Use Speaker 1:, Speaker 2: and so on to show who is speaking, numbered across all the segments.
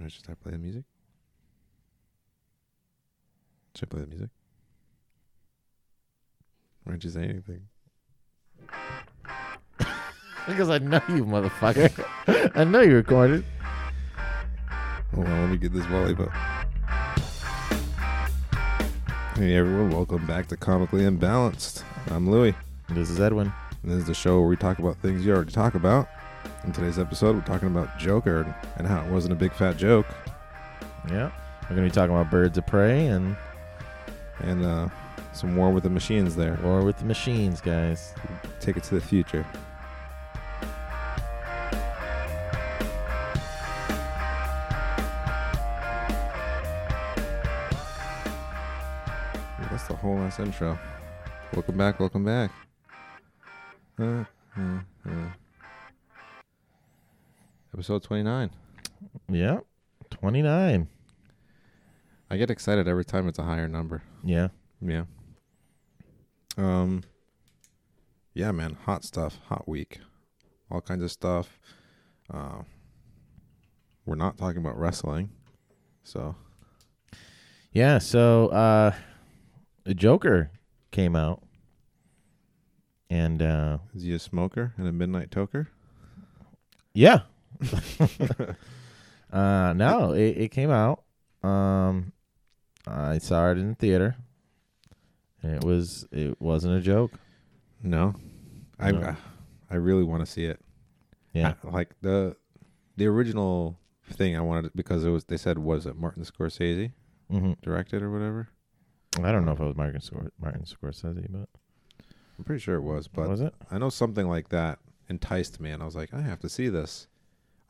Speaker 1: Right, should I play the music? Should I play the music? Why didn't you say anything?
Speaker 2: Because I know you, motherfucker. I know you recorded.
Speaker 1: Hold on, let me get this volley up. Hey everyone, welcome back to Comically Unbalanced. I'm Louie,
Speaker 2: This is Edwin.
Speaker 1: and this is the show where we talk about things you already talk about. In today's episode, we're talking about Joker and- and how it wasn't a big fat joke,
Speaker 2: Yeah. We're going to be talking about birds of prey and
Speaker 1: and uh, some war with the machines there.
Speaker 2: war with the machines, guys.
Speaker 1: Take it to the future. Yeah, That's the whole last intro. Welcome back, welcome back. Uh, uh, uh. Episode 29.
Speaker 2: Yeah. 29.
Speaker 1: I get excited every time it's a higher number.
Speaker 2: Yeah.
Speaker 1: Yeah. Um Yeah, man, hot stuff, hot week. All kinds of stuff. Uh we're not talking about wrestling. So
Speaker 2: Yeah. So, uh, the Joker came out. And, uh,
Speaker 1: is he a smoker and a midnight toker?
Speaker 2: yeah. uh, no, it, it came out. Um, I saw it in the theater. And it was, it wasn't a joke.
Speaker 1: No. I
Speaker 2: No.
Speaker 1: I really want to see it.
Speaker 2: Yeah.
Speaker 1: I- like the the original thing I wanted because it was they said was it Martin Scorsese
Speaker 2: Mm-hmm.
Speaker 1: directed or whatever?
Speaker 2: I don't know if it was Martin, Scor- Martin Scorsese, but,
Speaker 1: I'm pretty sure it was, but
Speaker 2: was it?
Speaker 1: I know something like that enticed me, and I was like, I have to see this.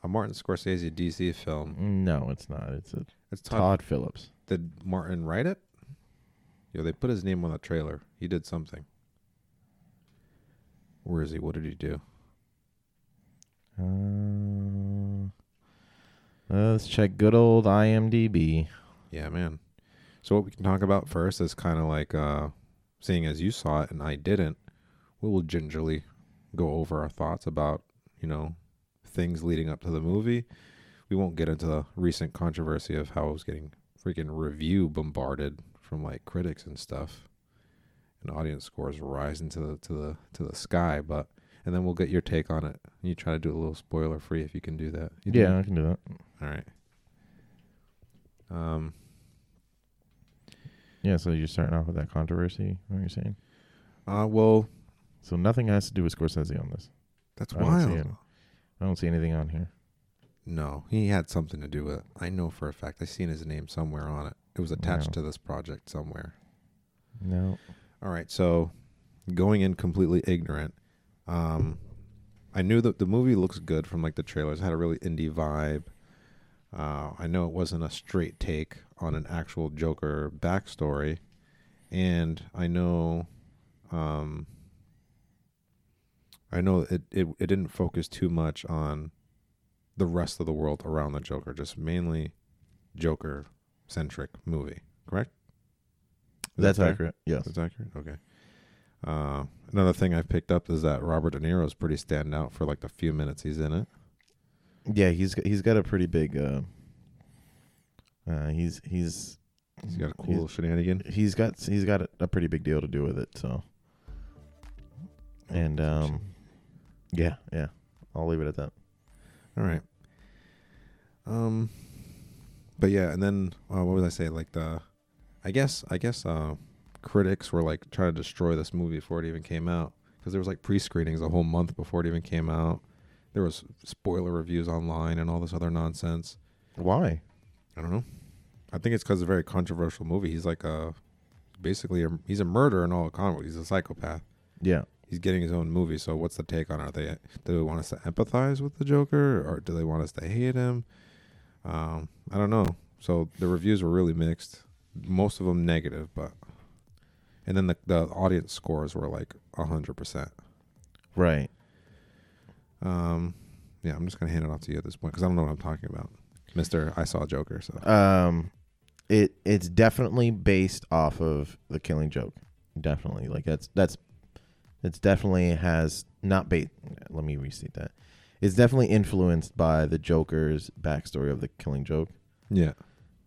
Speaker 1: A Martin Scorsese DC
Speaker 2: Mm-hmm.
Speaker 1: film.
Speaker 2: No, it's not. It's a
Speaker 1: It's Todd.
Speaker 2: Todd Phillips.
Speaker 1: Did Martin write it? Yo, they put his name on the trailer. He did something. Where is he? What did he do?
Speaker 2: Uh, let's check good old IMDb.
Speaker 1: Yeah, man. So what we can talk about first is kind of like, uh, seeing as you saw it and I didn't, we will gingerly go over our thoughts about you know things leading up to the movie. We won't get into the recent controversy of how it was getting freaking review bombarded from like critics and stuff, and audience scores rising to the to the to the sky. But and then we'll get your take on it. You try to do a little spoiler free if you can do that. You do
Speaker 2: Yeah, I can do that.
Speaker 1: All right. Um.
Speaker 2: Yeah, so you're starting off with that controversy. What you're saying?
Speaker 1: Uh, well,
Speaker 2: So nothing has to do with Scorsese on this.
Speaker 1: that's
Speaker 2: I don't see
Speaker 1: wild.
Speaker 2: it. I don't see anything on here.
Speaker 1: No, he had something to do with it. I know for a fact. I seen his name somewhere on it. It was attached
Speaker 2: Wow.
Speaker 1: to this project somewhere.
Speaker 2: No.
Speaker 1: All right, so going in completely ignorant, um, I knew that the movie looks good from like the trailers. It had a really indie vibe. Uh, I know it wasn't a straight take on an actual Joker backstory, and I know, um, I know it, it it didn't focus too much on the rest of the world around the Joker, just mainly Joker centric movie. Correct? Is that
Speaker 2: That's
Speaker 1: fair?
Speaker 2: accurate. Yes.
Speaker 1: That's accurate. Okay. Uh, another thing I've picked up is that Robert De Niro's pretty standout for like the few minutes he's in it.
Speaker 2: Yeah, he's he's got a pretty big. Uh, uh, he's he's
Speaker 1: He's got a cool little shenanigan.
Speaker 2: he's got he's got a, a pretty big deal to do with it. So, and um, yeah, yeah, I'll leave it at that.
Speaker 1: All right. Um, but yeah, and then uh, what was I say? Like the, I guess I guess uh, critics were like trying to destroy this movie before it even came out because there was like pre-screenings a whole month before it even came out. There was spoiler reviews online and all this other nonsense.
Speaker 2: Why?
Speaker 1: I don't know. I think it's because a very controversial movie. He's like a basically a, he's a murderer in all comics. He's a psychopath.
Speaker 2: Yeah,
Speaker 1: He's getting his own movie. So what's the take on it? Are they do they want us to empathize with the Joker or do they want us to hate him? Um, I don't know. So the reviews were really mixed. Most of them negative, but and then the the audience scores were like hundred percent.
Speaker 2: right.
Speaker 1: Um, yeah, I'm just gonna hand it off to you at this point because I don't know what I'm talking about, Mister. I saw Joker. So
Speaker 2: Um, it it's definitely based off of the Killing Joke. Definitely, like that's that's it's definitely has not based. Let me restate that. it's definitely influenced by the Joker's backstory of the Killing Joke,
Speaker 1: Yeah.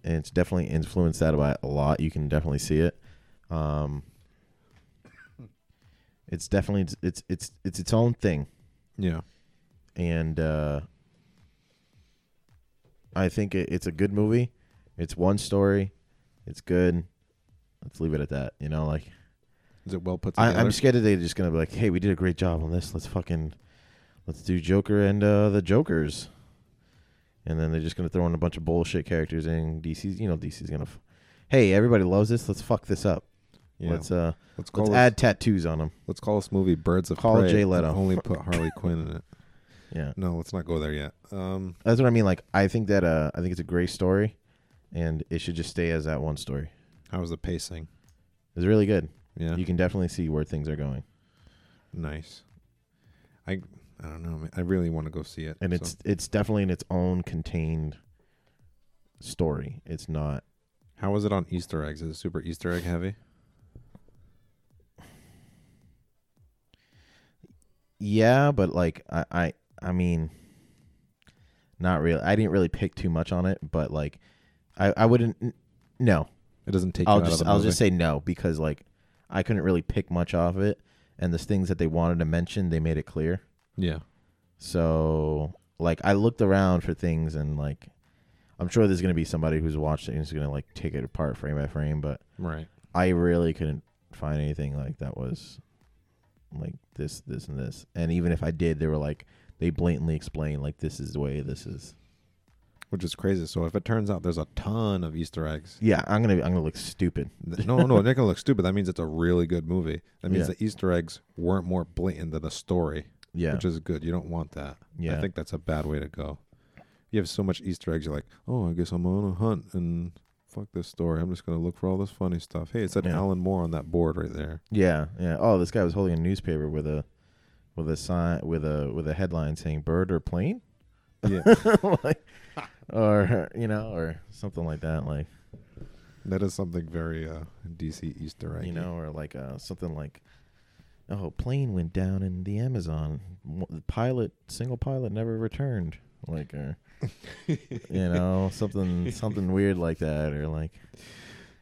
Speaker 2: and it's definitely influenced that by it a lot. You can definitely see it. Um, it's definitely it's it's it's it's, its own thing.
Speaker 1: Yeah.
Speaker 2: and uh, I think it, it's a good movie. It's one story. It's good. Let's leave it at that. You know, like
Speaker 1: Is it well put
Speaker 2: I,
Speaker 1: together?
Speaker 2: I'm scared that they're just gonna be like, "Hey, we did a great job on this. Let's fucking let's do Joker and uh, the Jokers," and then they're just gonna throw in a bunch of bullshit characters. And DC's, you know, DC's gonna, f- "Hey, everybody loves this. Let's fuck this up.
Speaker 1: yeah.
Speaker 2: Let's uh,
Speaker 1: Let's call
Speaker 2: let's
Speaker 1: this,
Speaker 2: add tattoos on them.
Speaker 1: let's call this movie Birds of
Speaker 2: Call
Speaker 1: Prey.
Speaker 2: Jay
Speaker 1: and
Speaker 2: Leno.
Speaker 1: Only put Harley Quinn in it.
Speaker 2: Yeah,
Speaker 1: No, let's not go there yet. Um,
Speaker 2: that's what I mean. Like, I think that uh, I think it's a great story, and it should just stay as that one story.
Speaker 1: how was the pacing?
Speaker 2: It's really good.
Speaker 1: Yeah.
Speaker 2: You can definitely see where things are going,
Speaker 1: nice. I I don't know. man. I really want to go see it.
Speaker 2: and
Speaker 1: so-
Speaker 2: it's it's definitely in its own contained story. It's not.
Speaker 1: how was it on Easter eggs? Is it super Easter egg heavy?
Speaker 2: Yeah, but like I I I mean, not really. I didn't really pick too much on it, but like I I wouldn't. n- No,
Speaker 1: It doesn't take.
Speaker 2: I'll
Speaker 1: you out of
Speaker 2: just
Speaker 1: the
Speaker 2: I'll
Speaker 1: movie?
Speaker 2: just say no because like I couldn't really pick much off it, and the things that they wanted to mention, they made it clear.
Speaker 1: Yeah.
Speaker 2: So like I looked around for things and like I'm sure there's gonna be somebody who's watched it and is gonna like take it apart frame by frame, but
Speaker 1: Right.
Speaker 2: I really couldn't find anything like that was like this, this, and this. And even if I did, they were like they blatantly explained like this is the way this is.
Speaker 1: Which is crazy. So if it turns out there's a ton of Easter eggs,
Speaker 2: Yeah, I'm gonna I'm gonna look stupid.
Speaker 1: th- no, no, they're gonna look stupid. That means it's a really good movie. That means
Speaker 2: Yeah.
Speaker 1: the Easter eggs weren't more blatant than the story,
Speaker 2: Yeah,
Speaker 1: which is good. You don't want that.
Speaker 2: yeah,
Speaker 1: I think that's a bad way to go. You have so much Easter eggs. You're like, oh, I guess I'm on a hunt and fuck this story. I'm just gonna look for all this funny stuff. Hey, it said
Speaker 2: Yeah.
Speaker 1: Alan Moore on that board right there.
Speaker 2: yeah, yeah. Oh, this guy was holding a newspaper with a with a sign with a with a headline saying "bird or plane,"
Speaker 1: Yeah,
Speaker 2: like, or you know, or something like that. Like
Speaker 1: that is something very uh, DC Easter egg.
Speaker 2: you know, or like uh, something like, oh, plane went down in the Amazon. Mo- The pilot, single pilot, never returned. Like, or, you know, something something weird like that, or like,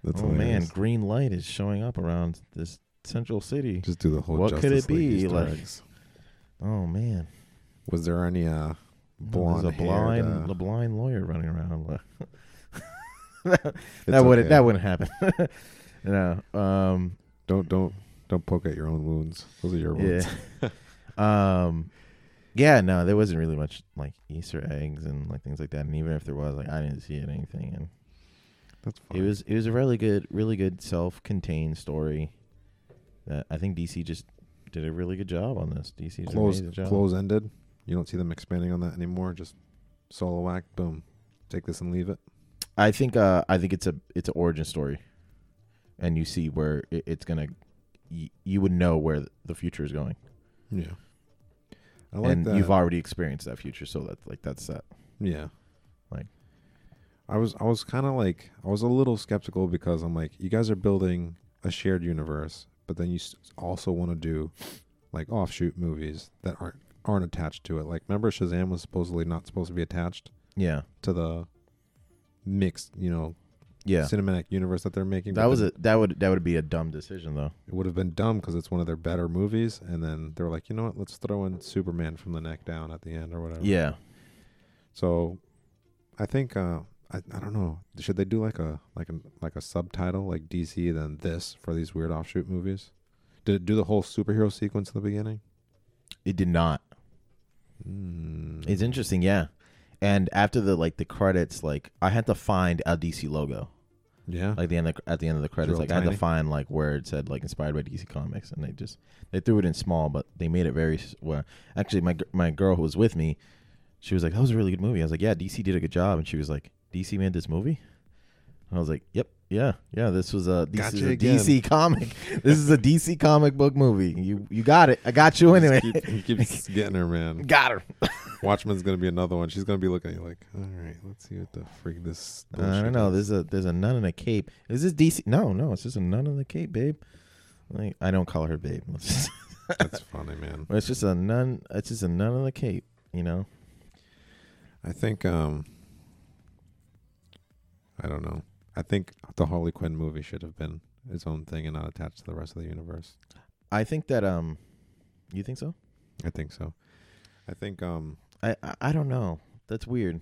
Speaker 1: That's
Speaker 2: oh man,
Speaker 1: hilarious.
Speaker 2: green light is showing up around this central city.
Speaker 1: Just do the whole.
Speaker 2: What could
Speaker 1: Justice
Speaker 2: it
Speaker 1: League
Speaker 2: be?
Speaker 1: Easter
Speaker 2: Like-
Speaker 1: eggs.
Speaker 2: Oh man,
Speaker 1: Was there any uh,
Speaker 2: Oh,
Speaker 1: blonde?
Speaker 2: there's a blind
Speaker 1: Uh,
Speaker 2: a blind lawyer running around. Like,
Speaker 1: it's
Speaker 2: that wouldn't
Speaker 1: okay.
Speaker 2: that wouldn't happen. no, um,
Speaker 1: Don't don't don't poke at your own wounds. Those are your
Speaker 2: Yeah.
Speaker 1: wounds.
Speaker 2: um yeah, no, there wasn't really much like Easter eggs and like things like that. And even if there was, like I didn't see it anything. And
Speaker 1: That's fine.
Speaker 2: it was it was a really good, really good self-contained story. That I think DC just did a really good job on this. DC did
Speaker 1: close
Speaker 2: an amazing job.
Speaker 1: close ended. You don't see them expanding on that anymore. Just solo act. Boom. Take this and leave it.
Speaker 2: I think uh I think it's a it's an origin story, and you see where it, it's gonna. You, you would know where the future is going,
Speaker 1: Yeah. I like
Speaker 2: and
Speaker 1: that.
Speaker 2: you've already experienced that future, so that's like that's that.
Speaker 1: yeah.
Speaker 2: like-
Speaker 1: I was I was kind of like I was a little skeptical because I'm like you guys are building a shared universe, but then you s- also want to do like offshoot movies that aren't aren't attached to it. Like remember Shazam was supposedly not supposed to be attached
Speaker 2: Yeah,
Speaker 1: to the mixed, you know,
Speaker 2: yeah.
Speaker 1: cinematic universe that they're making.
Speaker 2: That
Speaker 1: but
Speaker 2: was
Speaker 1: then
Speaker 2: a that would that would be a dumb decision though.
Speaker 1: It would have been dumb because it's one of their better movies, and then they were like, you know what? Let's throw in Superman from the neck down at the end or whatever.
Speaker 2: Yeah.
Speaker 1: So, I think uh, I I don't know. Should they do like a like a like a subtitle like DC then this for these weird offshoot movies? Did it do the whole superhero sequence in the beginning?
Speaker 2: It did not.
Speaker 1: Mm.
Speaker 2: It's interesting, yeah. And after the like the credits, like I had to find a DC logo,
Speaker 1: yeah.
Speaker 2: like the end of, at the end of the credits,
Speaker 1: real
Speaker 2: like I had
Speaker 1: tiny.
Speaker 2: to find like where it said like inspired by DC Comics, and they just they threw it in small, but they made it very s- well. Actually, my gr- my girl who was with me, she was like, "That was a really good movie." I was like, "Yeah, DC did a good job," and she was like, "DC made this movie." And I was like, "Yep, yeah, yeah. This was a this
Speaker 1: Gotcha
Speaker 2: is a
Speaker 1: again.
Speaker 2: DC comic. this is a DC comic book movie. You you got it. I got you Oh, anyway.
Speaker 1: He keeps, he keeps getting her, man.
Speaker 2: got her."
Speaker 1: Watchmen's gonna be another one. She's gonna be looking at you like, all right, let's see what the freak this.
Speaker 2: I
Speaker 1: bullshit
Speaker 2: don't know.
Speaker 1: is."
Speaker 2: There's a there's a nun in a cape. Is this DC? No, no. It's just a nun in a cape, babe. Like I don't call her babe. It's just,
Speaker 1: That's funny, man.
Speaker 2: it's just a nun. It's just a nun in a cape. you know?
Speaker 1: I think um I don't know. I think the Harley Quinn movie should have been its own thing and not attached to the rest of the universe.
Speaker 2: I think that um you think so?
Speaker 1: I think so. I think um
Speaker 2: I I, I don't know. That's weird.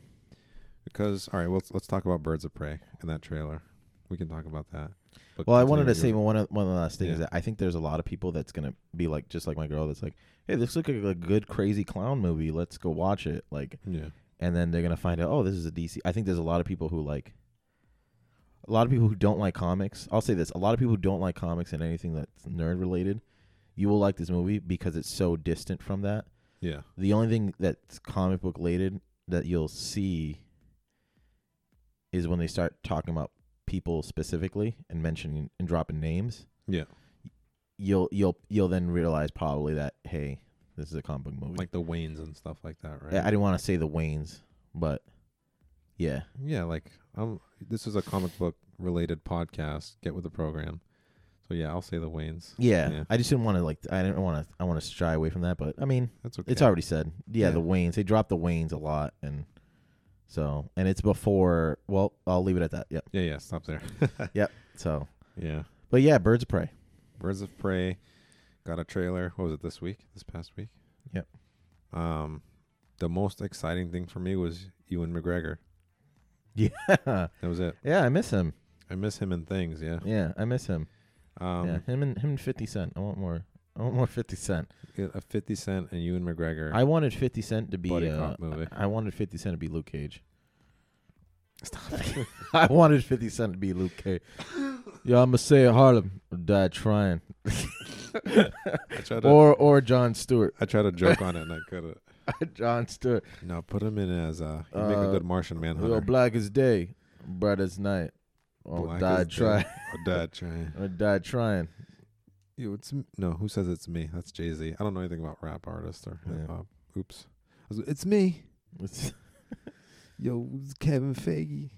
Speaker 1: because all right, well, let's let's talk about Birds of Prey and that trailer. We can talk about that. But
Speaker 2: Well, I wanted to say
Speaker 1: continue
Speaker 2: one of, one of the last things
Speaker 1: Yeah.
Speaker 2: that I think there's a lot of people that's gonna be like, just like my girl, that's like, hey, this looks like a good crazy clown movie. Let's go watch it. Like,
Speaker 1: with your-
Speaker 2: and then they're gonna find out, oh, this is a DC. I think there's a lot of people who like, a lot of people who don't like comics. I'll say this: a lot of people who don't like comics and anything that's nerd related, you will like this movie because it's so distant from that.
Speaker 1: Yeah. Yeah.
Speaker 2: The only thing that's comic book related that you'll see is when they start talking about people specifically and mentioning and dropping names.
Speaker 1: Yeah.
Speaker 2: You'll you'll you'll then realize probably that hey, this is a comic book movie.
Speaker 1: Like the Waynes and stuff like that, right?
Speaker 2: I, I didn't want to say the Waynes, but yeah,
Speaker 1: Yeah, like um, this is a comic book related podcast. Get with the program. So yeah, I'll say the Waynes.
Speaker 2: yeah.
Speaker 1: Yeah.
Speaker 2: I just didn't want to like I didn't want to I want to shy away from that, but I mean
Speaker 1: That's okay.
Speaker 2: it's already said. Yeah,
Speaker 1: Yeah.
Speaker 2: the Waynes. They dropped the Waynes a lot, and so and it's before. Well, I'll leave it at that. Yep.
Speaker 1: Yeah, yeah. Stop there.
Speaker 2: So,
Speaker 1: yeah.
Speaker 2: but yeah, Birds of Prey.
Speaker 1: Birds of Prey got a trailer. What was it this week? This past week?
Speaker 2: Yep.
Speaker 1: Um, the most exciting thing for me was Ewan McGregor.
Speaker 2: Yeah,
Speaker 1: That was it.
Speaker 2: yeah, I miss him.
Speaker 1: I miss him in things. Yeah.
Speaker 2: Yeah, I miss him.
Speaker 1: Um,
Speaker 2: yeah, him and him and Fifty Cent. I want more. I want more Fifty Cent.
Speaker 1: get a Fifty Cent and Ewan McGregor
Speaker 2: I wanted Fifty Cent to be.
Speaker 1: buddy
Speaker 2: Uh,
Speaker 1: cop movie.
Speaker 2: I wanted Fifty Cent to be Luke Cage. I wanted Fifty Cent to be Luke Cage. yeah, I'ma say it, Harlem or die trying,
Speaker 1: I tried to.
Speaker 2: or or John Stewart.
Speaker 1: I tried to joke on it and I couldn't.
Speaker 2: John Stewart.
Speaker 1: No, put him in as uh, he'd make a
Speaker 2: Uh,
Speaker 1: good Martian
Speaker 2: We are
Speaker 1: Manhunter.
Speaker 2: black as day, bright as night. Or
Speaker 1: Black
Speaker 2: die
Speaker 1: as
Speaker 2: Oh, try,
Speaker 1: day. Or Dad trying.
Speaker 2: or die trying.
Speaker 1: You, it's m- no. Who says it's me? That's Jay Z. I don't know anything about rap artists or
Speaker 2: Yeah.
Speaker 1: hip hop. Oops. I was like, it's me.
Speaker 2: It's-
Speaker 1: Yo, it's Kevin Feige.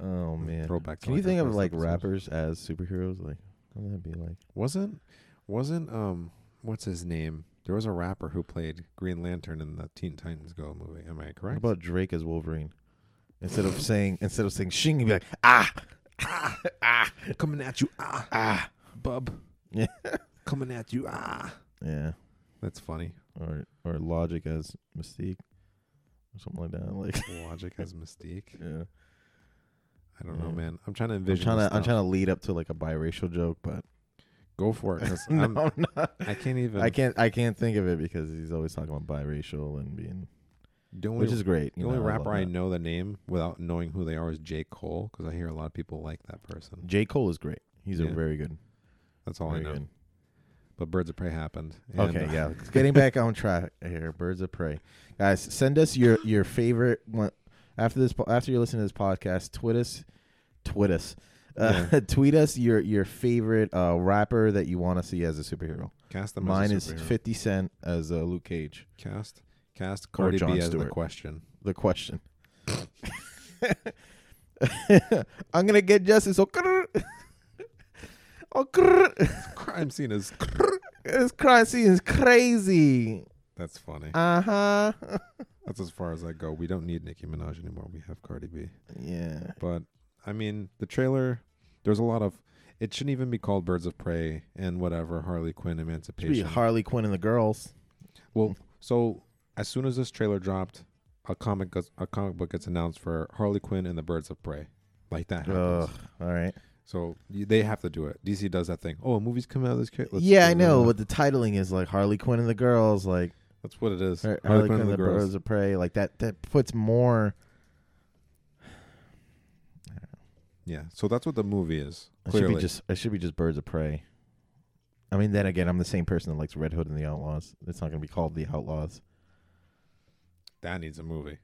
Speaker 2: oh man!
Speaker 1: Throwback. to,
Speaker 2: Can you
Speaker 1: our
Speaker 2: think of
Speaker 1: first
Speaker 2: like
Speaker 1: episode.
Speaker 2: rappers as superheroes? Like, what would that be like?
Speaker 1: Wasn't wasn't um what's his name? There was a rapper who played Green Lantern in the Teen Titans Go movie. Am I
Speaker 2: What
Speaker 1: correct?
Speaker 2: about Drake as Wolverine? Instead of saying instead of saying shing, he'd be like ah ah ah
Speaker 1: coming at you, ah,
Speaker 2: ah.
Speaker 1: bub.
Speaker 2: Yeah.
Speaker 1: coming at you, ah.
Speaker 2: Yeah,
Speaker 1: That's funny.
Speaker 2: or or Logic as Mystique, or something like that. Like,
Speaker 1: Logic has Mystique.
Speaker 2: yeah.
Speaker 1: I don't know,
Speaker 2: Yeah.
Speaker 1: man. I'm trying to
Speaker 2: I'm
Speaker 1: envision.
Speaker 2: trying
Speaker 1: this
Speaker 2: to I'm
Speaker 1: stuff.
Speaker 2: trying to lead up to like a biracial joke, but
Speaker 1: go for it. 'cause
Speaker 2: no,
Speaker 1: I'm-
Speaker 2: I'm not.
Speaker 1: I can't even.
Speaker 2: I can't I can't think of it because he's always talking about biracial and being,
Speaker 1: The only
Speaker 2: which is great.
Speaker 1: The
Speaker 2: you
Speaker 1: only
Speaker 2: know, I love
Speaker 1: rapper I
Speaker 2: that.
Speaker 1: know the name without knowing who they are is J. Cole because I hear a lot of people like that person.
Speaker 2: J Cole is great. He's
Speaker 1: Yeah.
Speaker 2: a very good.
Speaker 1: That's all
Speaker 2: very
Speaker 1: I know.
Speaker 2: good.
Speaker 1: But Birds of Prey happened. and,
Speaker 2: Okay,
Speaker 1: uh,
Speaker 2: yeah. It's Getting back on track here, Birds of Prey, guys. Send us your your favorite one after this. po- After you listen to this podcast, tweet us, tweet us, uh, tweet us your your favorite uh, rapper that you want to see as a superhero.
Speaker 1: Cast them
Speaker 2: Mine
Speaker 1: as
Speaker 2: is
Speaker 1: a superhero.
Speaker 2: Fifty Cent as uh, Luke Cage.
Speaker 1: Cast cast Cardi
Speaker 2: Jon
Speaker 1: B as the
Speaker 2: Stewart.
Speaker 1: question.
Speaker 2: The question. I'm gonna get justice. Oh, grrr. oh grrr.
Speaker 1: Crime scene is.
Speaker 2: this crime scene is crazy.
Speaker 1: That's funny.
Speaker 2: Uh huh.
Speaker 1: That's as far as I go. We don't need Nicki Minaj anymore. We have Cardi B.
Speaker 2: yeah.
Speaker 1: But I mean, the trailer. There's a lot of. It shouldn't even be called Birds of Prey and whatever Harley Quinn
Speaker 2: Should be
Speaker 1: Emancipation.
Speaker 2: Harley Quinn and the girls.
Speaker 1: Well, so as soon as this trailer dropped, a comic goes, a comic book gets announced for Harley Quinn and the Birds of Prey, like that. Happens.
Speaker 2: Ugh. All right.
Speaker 1: So you, they have to do it. DC does that thing. Oh, a movie's coming out of this kid.
Speaker 2: yeah, I know, but the titling is like Harley Quinn and the girls, like
Speaker 1: that's what it is.
Speaker 2: or Harley Quinn and the Birds of Prey, like that. That puts more.
Speaker 1: Yeah. So that's what the movie is.
Speaker 2: It should
Speaker 1: Clearly,
Speaker 2: be just. It should be just Birds of Prey. I mean, then again, I'm the same person that likes Red Hood and the Outlaws. It's not going to be called the Outlaws.
Speaker 1: that needs a movie.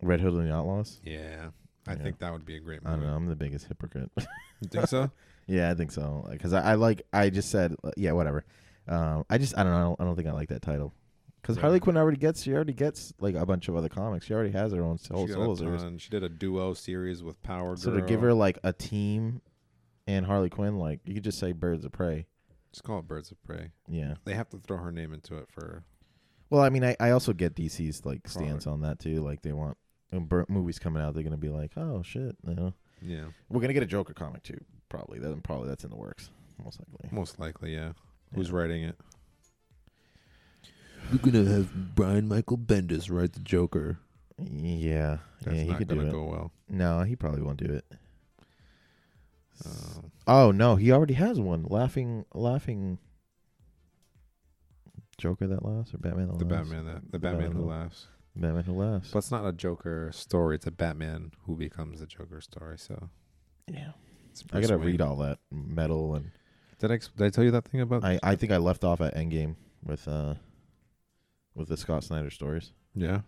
Speaker 2: Red Hood and the Outlaws.
Speaker 1: Yeah. I
Speaker 2: Yeah.
Speaker 1: think that would be a great
Speaker 2: I
Speaker 1: movie.
Speaker 2: don't know. I'm the biggest hypocrite.
Speaker 1: You think so?
Speaker 2: yeah, I think so. Because I, I like. I just said. uh, Yeah, whatever. Um, I just. I don't know. I don't, I don't think I like that title. Because
Speaker 1: Right.
Speaker 2: Harley Quinn already gets. She already gets like a bunch of other comics. She already has her own
Speaker 1: she,
Speaker 2: whole
Speaker 1: got a
Speaker 2: solo series.
Speaker 1: ton. she did a duo series with Power Girl.
Speaker 2: So to give her like a team and Harley Quinn, like you could just say Birds of Prey.
Speaker 1: just call it Birds of Prey.
Speaker 2: Yeah.
Speaker 1: They have to throw her name into it for.
Speaker 2: Well, I mean, I, I also get DC's like stance on that too. Like they want when bur- movies coming out, they're gonna be like, oh shit, you know,
Speaker 1: Yeah,
Speaker 2: we're gonna get a Joker comic too. Probably that probably that's in the works, most likely.
Speaker 1: most likely. Yeah, who's writing it?
Speaker 3: We're gonna have Brian Michael Bendis write the Joker.
Speaker 2: Yeah,
Speaker 1: That's
Speaker 2: yeah, he
Speaker 1: not
Speaker 2: could do
Speaker 1: gonna
Speaker 2: it.
Speaker 1: go well.
Speaker 2: No, he probably won't do it.
Speaker 1: Um,
Speaker 2: Oh no, he already has one. Laughing, laughing. Joker that laughs or Batman that
Speaker 1: the
Speaker 2: laughs?
Speaker 1: Batman that the Batman who
Speaker 2: Batman.
Speaker 1: laughs.
Speaker 2: Batman who laughs.
Speaker 1: But it's not a Joker story. It's a Batman who becomes the Joker story. So
Speaker 2: yeah,
Speaker 1: it's
Speaker 2: I
Speaker 1: Bruce
Speaker 2: gotta
Speaker 1: Wayne.
Speaker 2: read all that metal and
Speaker 1: Did I, ex- did I tell you that thing about?
Speaker 2: I, I think I left off at Endgame with uh with the Scott Snyder stories.
Speaker 1: yeah.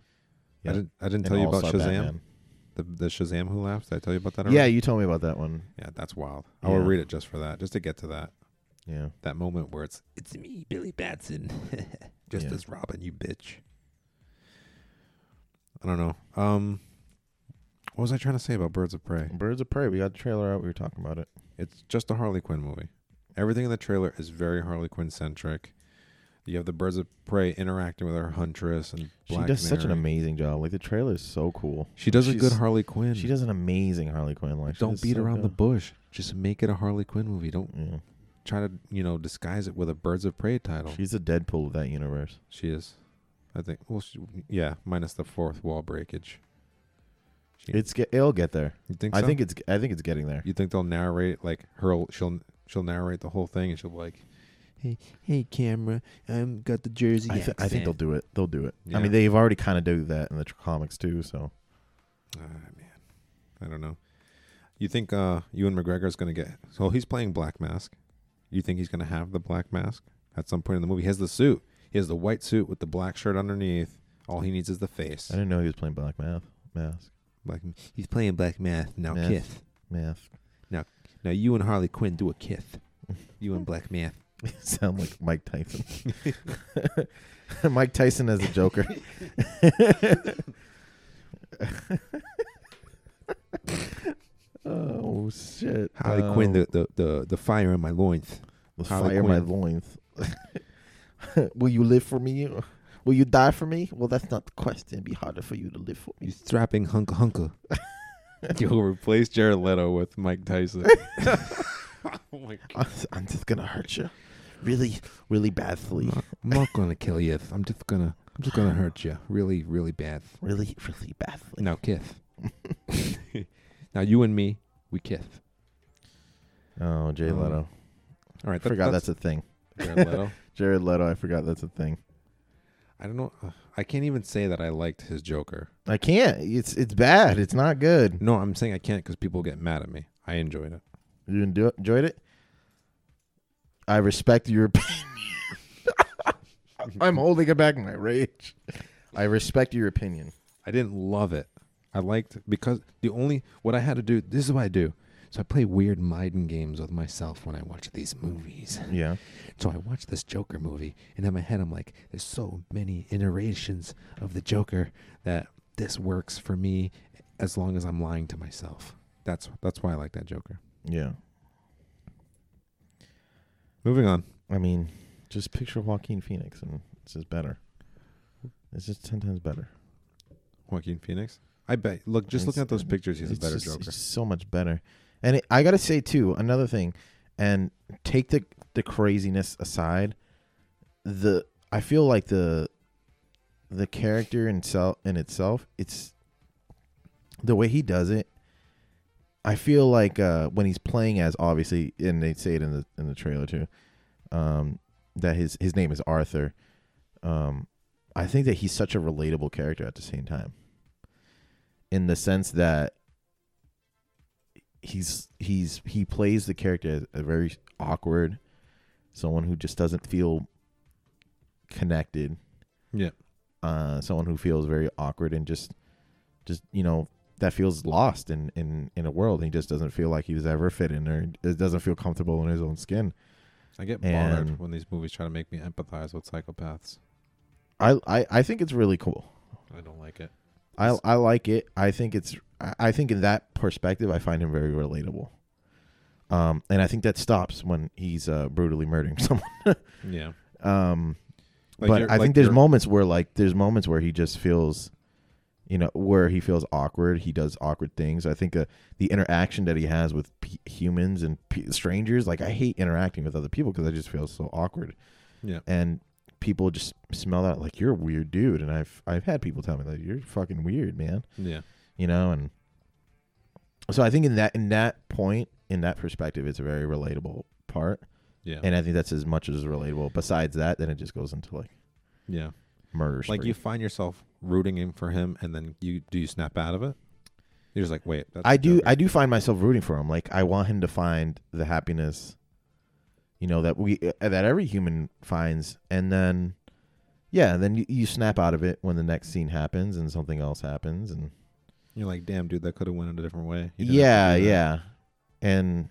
Speaker 2: Yeah.
Speaker 1: I didn't. I didn't
Speaker 2: and
Speaker 1: tell you about
Speaker 2: All-Star
Speaker 1: Shazam.
Speaker 2: Batman.
Speaker 1: The, the Shazam who laughs. Did I tell you about that?
Speaker 2: Yeah,
Speaker 1: already?
Speaker 2: you told me about that one.
Speaker 1: Yeah, that's wild. I will
Speaker 2: Yeah.
Speaker 1: read it just for that, just to get to that
Speaker 2: Yeah.
Speaker 1: that moment where it's
Speaker 3: It's me, Billy Batson.
Speaker 1: just
Speaker 2: Yeah.
Speaker 1: as Robin, you bitch. I don't know. Um, what was I trying to say about Birds of Prey?
Speaker 2: Birds of Prey, we got a trailer out, we were talking about it.
Speaker 1: It's just a Harley Quinn movie. Everything in the trailer is very Harley Quinn centric. You have the Birds of Prey interacting with her huntress and
Speaker 2: She
Speaker 1: Black
Speaker 2: does such an
Speaker 1: Canary.
Speaker 2: amazing job. Like the trailer is so cool.
Speaker 1: She does a
Speaker 2: she's-
Speaker 1: good Harley Quinn.
Speaker 2: She does an amazing Harley Quinn. Like she
Speaker 1: Don't
Speaker 2: does
Speaker 1: beat
Speaker 2: so
Speaker 1: around the
Speaker 2: good.
Speaker 1: bush. Just make it a Harley Quinn movie. Don't
Speaker 2: Yeah.
Speaker 1: try to you know disguise it with a Birds of Prey title.
Speaker 2: She's the Deadpool of that universe.
Speaker 1: She is. I think. Well, she, yeah, minus the fourth wall breakage. She,
Speaker 2: It's get, it'll get there.
Speaker 1: you think?
Speaker 2: I
Speaker 1: so?
Speaker 2: think it's I think it's getting there.
Speaker 1: You think they'll narrate like her? She'll she'll narrate the whole thing, and she'll be like,
Speaker 3: hey, camera, I'm got the Jersey
Speaker 2: I, th- I think they'll do it. They'll do it.
Speaker 1: Yeah.
Speaker 2: I mean, they've already kind of do that in the tr- comics too. So
Speaker 1: ah, man, I don't know. You think uh, Ewan McGregor's gonna get? So he's playing Black Mask. You think he's gonna have the black mask at some point in the movie? He has the suit. He has the white suit with the black shirt underneath. All he needs is the face.
Speaker 2: I didn't know he was playing Black Math Mask
Speaker 1: Black
Speaker 3: He's playing Black Math now.
Speaker 2: Math.
Speaker 3: Kith.
Speaker 2: Math.
Speaker 3: Now you and Harley Quinn do a Kith. You and Black Math.
Speaker 2: Sound like Mike Tyson. Mike Tyson as a Joker. oh shit!
Speaker 1: Harley
Speaker 2: Um,
Speaker 1: Quinn, the, the the the fire in my loins.
Speaker 2: the
Speaker 1: Harley
Speaker 2: fire in my loins. Will you live for me? Will you die for me? Well, that's not the question. It'd be harder for you to live for
Speaker 1: You strapping hunka hunka. You'll replace Jared Leto with Mike Tyson. oh my
Speaker 2: I'm I'm just gonna hurt you, really, really badly,
Speaker 1: I'm not gonna kill you. I'm just gonna I'm just gonna hurt you really really bad.
Speaker 2: really, really badly.
Speaker 1: Now kiss. now you and me, we kiss.
Speaker 2: Oh, Jay
Speaker 1: Um,
Speaker 2: Leto.
Speaker 1: All right,
Speaker 2: I forgot that's, a thing.
Speaker 1: Jared Leto.
Speaker 2: Jared Leto. I forgot that's a thing.
Speaker 1: I don't know. I can't even say that I liked his Joker.
Speaker 2: I can't. It's it's bad. It's not good.
Speaker 1: No, I'm saying I can't because people get mad at me. I enjoyed it.
Speaker 2: You enjo- enjoyed it. I respect your opinion. I'm holding it back my rage. I respect your opinion.
Speaker 1: I didn't love it. I liked because the only what I had to do. This is what I do. So I play weird mind games with myself when I watch these movies.
Speaker 2: Yeah.
Speaker 3: So I watched this Joker movie, and in my head, I'm like, there's so many iterations of the Joker that this works for me as long as I'm lying to myself.
Speaker 1: That's that's why I like that Joker.
Speaker 2: Yeah.
Speaker 1: Moving on.
Speaker 2: I mean, just picture Joaquin Phoenix, and it's just better. It's just ten times better.
Speaker 1: Joaquin Phoenix. I bet. Look, just
Speaker 2: He's-
Speaker 1: looking at those pictures, he's a
Speaker 2: It's
Speaker 1: better
Speaker 2: just-
Speaker 1: Joker.
Speaker 2: it's so much better. And it, I gotta say too, another thing, and take the the craziness aside, the I feel like the the character in self in itself, it's the way he does it. I feel like uh, when he's playing as obviously, and they say it in the in the trailer too, um, that his his name is Arthur. Um, I think that he's such a relatable character at the same time, in the sense that he's he's he plays the character as a very awkward someone who just doesn't feel connected
Speaker 1: Yeah.
Speaker 2: uh someone who feels very awkward and just just you know that feels lost in in in a world he just doesn't feel like he was ever fit in or it doesn't feel comfortable in his own skin
Speaker 1: I get
Speaker 2: And-
Speaker 1: bothered when these movies try to make me empathize with psychopaths.
Speaker 2: i i, I think it's really cool
Speaker 1: I don't like it.
Speaker 2: I I like it. I think it's I I think in that perspective I find him very relatable. Um and I think that stops when he's uh brutally murdering someone.
Speaker 1: Yeah.
Speaker 2: Um
Speaker 1: Like
Speaker 2: but
Speaker 1: you're-
Speaker 2: I
Speaker 1: like
Speaker 2: think there's
Speaker 1: you're-
Speaker 2: moments where like there's moments where he just feels, you know, where he feels awkward. He does awkward things. I think uh, the interaction that he has with p- humans and p- strangers, like I hate interacting with other people because I just feel so awkward.
Speaker 1: Yeah.
Speaker 2: And people just smell out like you're a weird dude, and I've I've had people tell me that you're fucking weird, man.
Speaker 1: Yeah.
Speaker 2: You know, and so I think in that in that point in that perspective, it's a very relatable part,
Speaker 1: Yeah.
Speaker 2: and I think that's as much as relatable. Besides that, then it just goes into like
Speaker 1: yeah.
Speaker 2: murder.
Speaker 1: Like
Speaker 2: spree.
Speaker 1: you find yourself rooting in for him and then you do you snap out of it? You're just like, wait, that's
Speaker 2: I do
Speaker 1: Joker.
Speaker 2: I do find myself rooting for him. Like I want him to find the happiness, you know that we uh, that every human finds, and then yeah, then you, you snap out of it when the next scene happens and something else happens, and
Speaker 1: You're like, damn, dude, that could have went in a different way. You didn't have
Speaker 2: yeah,
Speaker 1: to do that.
Speaker 2: yeah, and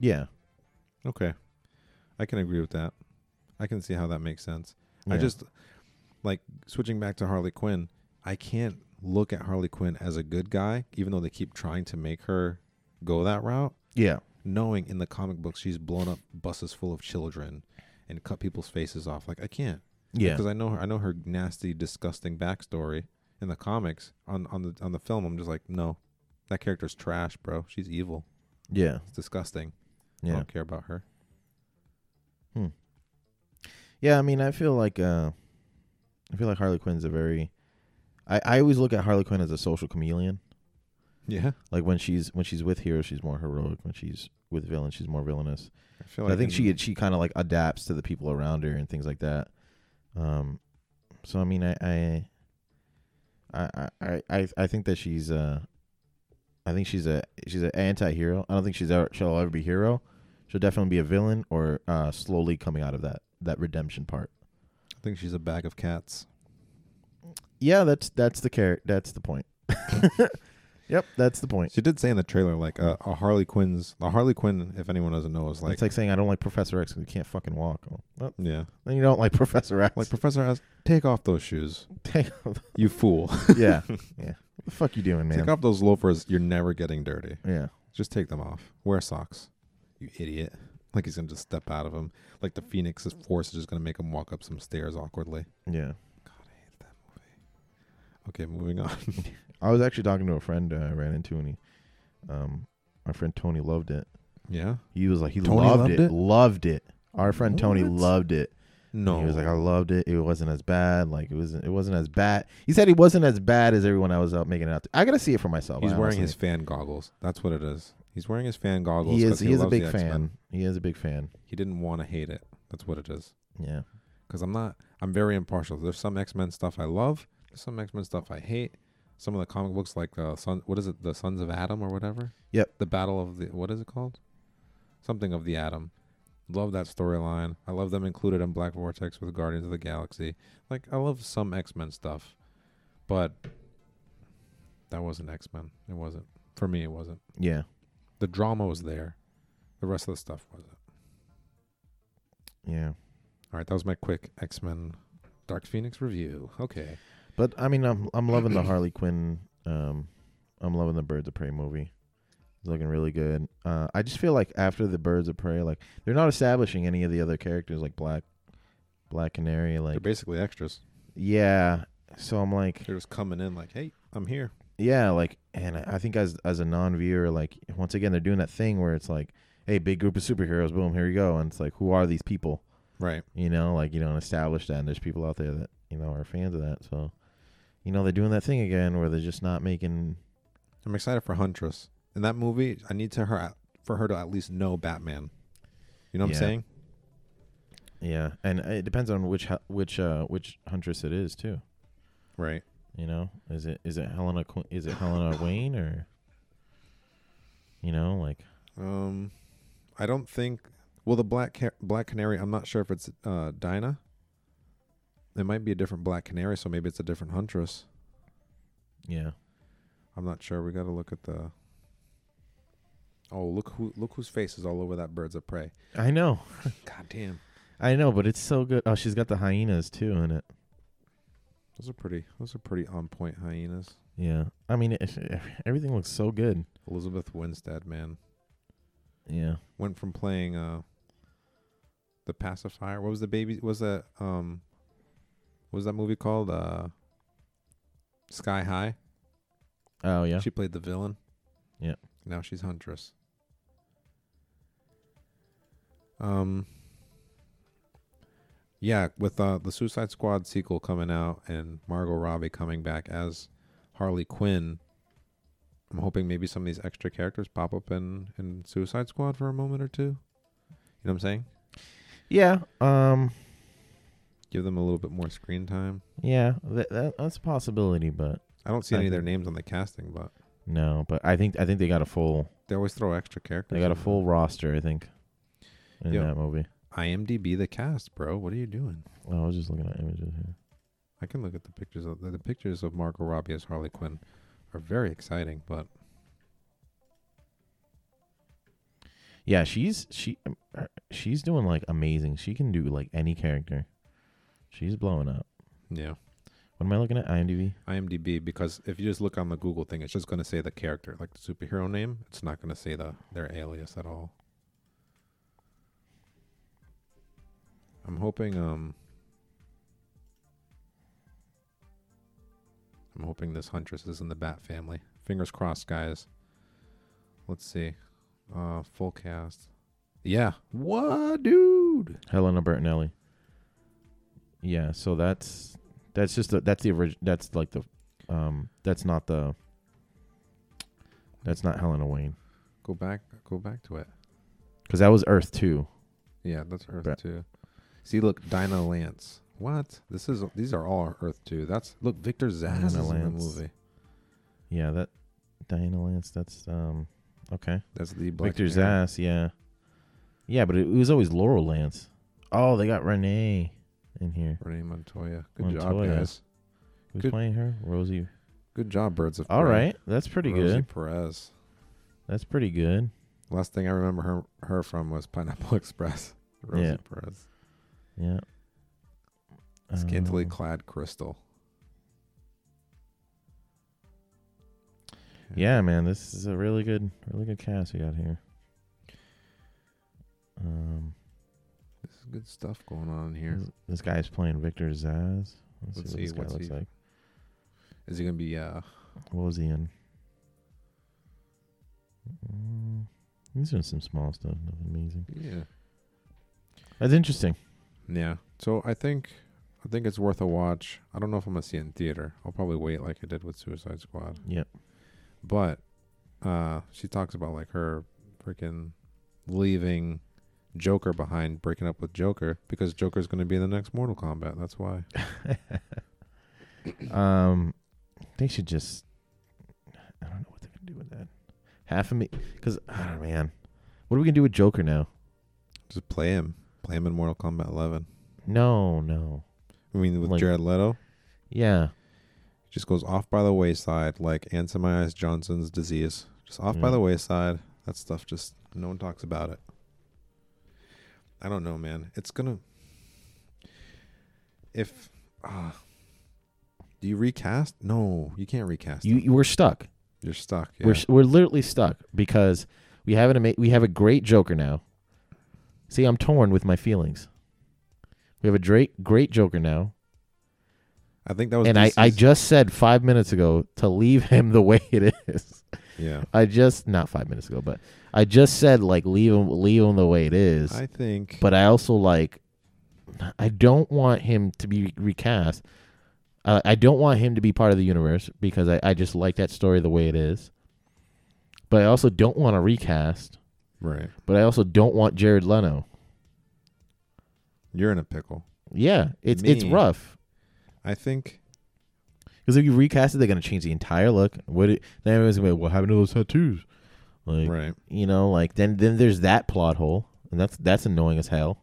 Speaker 2: yeah.
Speaker 1: Okay. I can agree with that. I can see how that makes sense. I
Speaker 2: yeah.
Speaker 1: just like switching back to Harley Quinn, I can't look at Harley Quinn as a good guy, even though they keep trying to make her go that route,
Speaker 2: yeah,
Speaker 1: knowing in the comic book she's blown up buses full of children and cut people's faces off. Like I can't.
Speaker 2: yeah,
Speaker 1: Because I know her I know her nasty, disgusting backstory in the comics. On on the on the film I'm just like, no. That character's trash, bro. She's evil.
Speaker 2: yeah,
Speaker 1: It's disgusting. I
Speaker 2: yeah,
Speaker 1: don't care about her.
Speaker 2: yeah. I mean, I feel like uh, I feel like Harley Quinn's a very. I, I always look at Harley Quinn as a social chameleon.
Speaker 1: Yeah.
Speaker 2: Like when she's when she's with heroes, she's more heroic. When she's with villains, she's more villainous.
Speaker 1: I feel
Speaker 2: But Oh, I think
Speaker 1: in-
Speaker 2: she she kind of like adapts to the people around her and things like that. Um, so I mean, I I I I I, I think that she's uh, I think she's a she's an anti-hero. I don't think she's ever she'll ever be hero. She'll definitely be a villain or uh, slowly coming out of that that redemption part.
Speaker 1: I think she's a bag of cats.
Speaker 2: Yeah, that's that's the character. That's the point. yep, that's the point.
Speaker 1: She did say in the trailer like uh, a Harley Quinn's a Harley Quinn. If anyone doesn't know, is like,
Speaker 2: it's like saying I don't like Professor X because he can't fucking walk. Oh, well,
Speaker 1: yeah,
Speaker 2: Then you don't like Professor X.
Speaker 1: like Professor X, take off those shoes,
Speaker 2: Take off
Speaker 1: you fool.
Speaker 2: the- yeah, yeah. What the fuck you doing, man?
Speaker 1: take off those loafers. You're never getting dirty.
Speaker 2: Yeah,
Speaker 1: Just take them off. Wear socks, you idiot. Like he's gonna just step out of them. Like the Phoenix's force is just gonna make him walk up some stairs awkwardly.
Speaker 2: yeah.
Speaker 1: Okay, moving on.
Speaker 2: I was actually talking to a friend uh, I ran into, and he, um, our friend Tony loved it.
Speaker 1: yeah.
Speaker 2: He was like, he
Speaker 1: Tony
Speaker 2: loved,
Speaker 1: loved
Speaker 2: it,
Speaker 1: it?
Speaker 2: loved it. Our friend Tony
Speaker 1: What?
Speaker 2: loved it.
Speaker 1: No.
Speaker 2: He was like, I loved it. It wasn't as bad. Like it wasn't. It wasn't as bad. He said it wasn't as bad as everyone I was out making it out. To. I gotta see it for myself.
Speaker 1: he's
Speaker 2: I
Speaker 1: wearing
Speaker 2: honestly-
Speaker 1: his fan goggles. That's what it is. He's wearing his fan goggles.
Speaker 2: He
Speaker 1: 'cause
Speaker 2: is. He, is a
Speaker 1: loves the
Speaker 2: big
Speaker 1: X-Men.
Speaker 2: fan. He is a big fan.
Speaker 1: He didn't want to hate it. That's what it is.
Speaker 2: Yeah.
Speaker 1: because I'm not. I'm very impartial. There's some X Men stuff I love. There's some X Men stuff I hate. Some of the comic books, like uh, Son, what is it, the Sons of Adam or whatever.
Speaker 2: Yep.
Speaker 1: The Battle of the what is it called? Something of the Atom. Love that storyline. I love them included in Black Vortex with Guardians of the Galaxy. Like I love some X Men stuff, but that wasn't X Men. It wasn't for me. It wasn't.
Speaker 2: Yeah.
Speaker 1: The drama was there. The rest of the stuff wasn't.
Speaker 2: Yeah.
Speaker 1: All right, that was my quick X Men Dark Phoenix review. Okay.
Speaker 2: But I mean, I'm I'm loving the Harley Quinn. Um, I'm loving the Birds of Prey movie. It's looking really good. Uh, I just feel like after the Birds of Prey, like they're not establishing any of the other characters, like Black, Black Canary, like
Speaker 1: They're basically extras.
Speaker 2: yeah. So I'm like,
Speaker 1: They're just coming in like, hey, I'm here.
Speaker 2: yeah, like, and I I think as as a non-viewer, like once again, they're doing that thing where it's like, hey, big group of superheroes, boom, here you go, and it's like, who are these people?
Speaker 1: Right.
Speaker 2: You know, like you don't establish that, and there's people out there that you know are fans of that. So, you know, they're doing that thing again where they're just not making
Speaker 1: I'm excited for Huntress. In that movie, I need to her for her to at least know Batman. You know what
Speaker 2: Yeah.
Speaker 1: I'm saying?
Speaker 2: Yeah, and it depends on which hu- which uh which huntress it is too.
Speaker 1: Right.
Speaker 2: You know, is it is it Helena Qu- is it Helena Wayne or you know like
Speaker 1: Um, I don't think. Well, the black ca- black canary. I'm not sure if it's uh Dinah. It might be a different black canary, so maybe it's a different Huntress.
Speaker 2: yeah
Speaker 1: I'm not sure. We got to look at the. Oh, look who look whose face is all over that Birds of Prey.
Speaker 2: I know
Speaker 1: God damn,
Speaker 2: I know, but it's so good. Oh, she's got the hyenas too in it.
Speaker 1: those are pretty. Those are pretty on point hyenas.
Speaker 2: Yeah, I mean it, it- everything looks so good.
Speaker 1: Elizabeth Winstead, man.
Speaker 2: Yeah,
Speaker 1: went from playing uh the pacifier what was the baby was that um What was that movie called? Uh, Sky High.
Speaker 2: Oh yeah.
Speaker 1: She played the villain.
Speaker 2: Yeah.
Speaker 1: Now she's Huntress. Um. Yeah, with uh, the Suicide Squad sequel coming out and Margot Robbie coming back as Harley Quinn, I'm hoping maybe some of these extra characters pop up in in Suicide Squad for a moment or two. You know what I'm saying?
Speaker 2: Yeah. Um.
Speaker 1: Give them a little bit more screen time.
Speaker 2: Yeah. That, that, that's a possibility, but
Speaker 1: I don't see
Speaker 2: I
Speaker 1: any of their
Speaker 2: think-
Speaker 1: names on the casting, but
Speaker 2: no. But I think I think they got a full
Speaker 1: they always throw extra characters.
Speaker 2: they got a
Speaker 1: in there.
Speaker 2: full roster. I think in
Speaker 1: Yeah.
Speaker 2: that movie.
Speaker 1: IMDb the cast, bro. What are you doing?
Speaker 2: Oh, I was just looking at images here.
Speaker 1: I can look at the pictures of the, the pictures of Margot Robbie as Harley Quinn are very exciting, but
Speaker 2: Yeah, she's she um, her- she's doing like amazing. She can do like any character. She's blowing up.
Speaker 1: yeah,
Speaker 2: What am I looking at? IMDb.
Speaker 1: IMDb because if you just look on the Google thing, it's just going to say the character, like the superhero name. It's not going to say the their alias at all. I'm hoping um I'm hoping this huntress is in the bat family. Fingers crossed, guys. Let's see. Uh full cast. Yeah. What, dude?
Speaker 2: Helena Bertinelli. Yeah, so that's that's just the, that's the original. That's like the um that's not the that's not Helena Wayne
Speaker 1: Go back, go back to it.
Speaker 2: because that was Earth Two.
Speaker 1: Yeah, that's Earth
Speaker 2: Bet.
Speaker 1: Two. See, look, Dinah Lance. What? This is these are all Earth Two. That's look, Victor Zsasz
Speaker 2: Dinah
Speaker 1: is in the
Speaker 2: Lance.
Speaker 1: movie.
Speaker 2: Yeah, that Diana Lance. That's um okay.
Speaker 1: That's the Black
Speaker 2: Victor's
Speaker 1: Mirror.
Speaker 2: ass. Yeah, yeah, but it, was always Laurel Lance. Oh, they got Renee in here.
Speaker 1: Renee Montoya. Good job,
Speaker 2: Montoya.
Speaker 1: guys.
Speaker 2: Who's
Speaker 1: Good.
Speaker 2: playing her? Rosie.
Speaker 1: Good job, Birds of
Speaker 2: All
Speaker 1: Prey.
Speaker 2: right, that's pretty
Speaker 1: Rosie
Speaker 2: good.
Speaker 1: Perez.
Speaker 2: That's pretty good.
Speaker 1: Last thing I remember her her from was Pineapple Express. Rosie
Speaker 2: Yeah.
Speaker 1: Perez.
Speaker 2: Yeah.
Speaker 1: Scantily
Speaker 2: Um,
Speaker 1: clad Crystal.
Speaker 2: Yeah, man, this is a really good, really good cast we got here. Um,
Speaker 1: This is good stuff going on here.
Speaker 2: this, this guy's playing Victor Zaz.
Speaker 1: Let's
Speaker 2: Let's, see what
Speaker 1: see,
Speaker 2: this guy
Speaker 1: what's
Speaker 2: looks
Speaker 1: he-
Speaker 2: like.
Speaker 1: Is he gonna be uh
Speaker 2: What was he in? Mm, he's doing some small stuff. Nothing amazing.
Speaker 1: yeah.
Speaker 2: That's interesting.
Speaker 1: Yeah. So I think I think it's worth a watch. I don't know if I'm gonna see it in theater. I'll probably wait like I did with Suicide Squad.
Speaker 2: Yep.
Speaker 1: But uh she talks about like her freaking leaving Joker behind, breaking up with Joker because Joker's gonna be in the next Mortal Kombat. That's why.
Speaker 2: um, they should just. I don't know what they're gonna do with that. Half of me, because oh man, what are we gonna do with Joker now?
Speaker 1: Just play him. Play him in Mortal Kombat 11.
Speaker 2: No, no.
Speaker 1: I mean, with
Speaker 2: Like-
Speaker 1: Jared Leto,
Speaker 2: Yeah,
Speaker 1: he just goes off by the wayside, like Ansemias Johnson's disease. Just off by
Speaker 2: Yeah.
Speaker 1: the wayside. That stuff just no one talks about it. I don't know, man. It's gonna if ah, do you recast? No, you can't recast.
Speaker 2: you,
Speaker 1: him.
Speaker 2: you were stuck.
Speaker 1: You're stuck. Yeah.
Speaker 2: We're we're literally stuck because we have an ama- we have a great Joker now. See, I'm torn with my feelings. We have a great great Joker now,
Speaker 1: I think that was
Speaker 2: and I, I
Speaker 1: DC's
Speaker 2: just said five minutes ago to leave him the way it is.
Speaker 1: yeah.
Speaker 2: I just not five minutes ago, but I just said like leave him leave him the way it is.
Speaker 1: I think.
Speaker 2: but I also like I don't want him to be recast. I, I don't want him to be part of the universe because I, I just like that story the way it is. But I also don't want to recast.
Speaker 1: right.
Speaker 2: But I also don't want Jared Leno.
Speaker 1: You're in a pickle.
Speaker 2: Yeah, it's it's
Speaker 1: Me.
Speaker 2: rough
Speaker 1: I think.
Speaker 2: because if you recast it, they're gonna change the entire look. What it, then everyone's gonna be like, what happened to those tattoos? Like
Speaker 1: Right.
Speaker 2: you know, like then then there's that plot hole, and that's that's annoying as hell.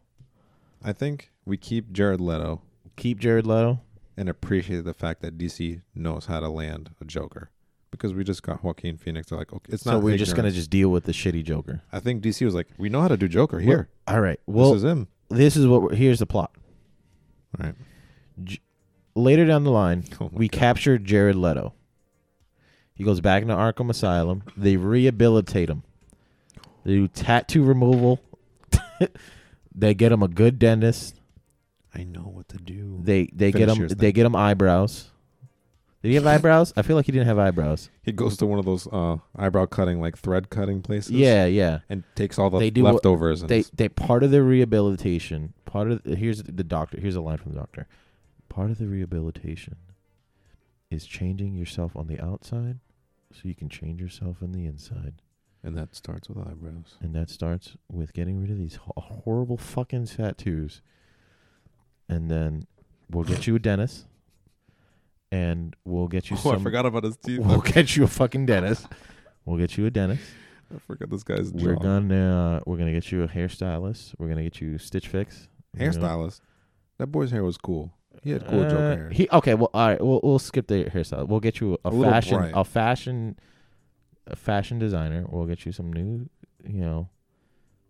Speaker 1: I think we keep Jared Leto
Speaker 2: Keep Jared Leto.
Speaker 1: and appreciate the fact that DC knows how to land a Joker because we just got Joaquin Phoenix. They're like, okay, it's not.
Speaker 2: so we're just gonna
Speaker 1: ignorance.
Speaker 2: just deal with the shitty Joker.
Speaker 1: I think DC was like, we know how to do Joker here.
Speaker 2: All right. Well,
Speaker 1: this is him.
Speaker 2: this is what we're, here's the plot.
Speaker 1: Right.
Speaker 2: J- later down the line,
Speaker 1: Oh my
Speaker 2: we
Speaker 1: God.
Speaker 2: capture Jared Leto. He goes back into Arkham Asylum. They rehabilitate him. They do tattoo removal. they get him a good dentist.
Speaker 1: I know what to do.
Speaker 2: They they get
Speaker 1: Finish
Speaker 2: him
Speaker 1: yours
Speaker 2: they
Speaker 1: then.
Speaker 2: get him eyebrows. Did he have eyebrows? I feel like he didn't have eyebrows.
Speaker 1: he goes to one of those uh, eyebrow cutting, like thread cutting places.
Speaker 2: Yeah, yeah.
Speaker 1: and takes all the
Speaker 2: They do what-
Speaker 1: leftovers. and
Speaker 2: They
Speaker 1: s-
Speaker 2: they part of their rehabilitation. Part of here's the doctor. Here's a line from the doctor. Part of the rehabilitation is changing yourself on the outside, so you can change yourself on the inside.
Speaker 1: and that starts with eyebrows.
Speaker 2: And that starts with getting rid of these ho- horrible fucking tattoos. And then we'll get you a dentist. And we'll get you
Speaker 1: oh,
Speaker 2: some.
Speaker 1: I forgot about his teeth.
Speaker 2: We'll get you a fucking dentist. We'll get you a dentist.
Speaker 1: I forgot this guy's
Speaker 2: We're
Speaker 1: jaw.
Speaker 2: gonna we're gonna get you a hairstylist. We're gonna get you Stitch Fix. We're gonna-
Speaker 1: Hairstylist. That boy's hair was cool. He had cool
Speaker 2: Uh,
Speaker 1: Joker hair.
Speaker 2: He okay. Well, all right. We'll we'll skip the hairstyle. We'll get you a,
Speaker 1: A little
Speaker 2: fashion
Speaker 1: bright.
Speaker 2: a fashion a fashion designer. We'll get you some new you know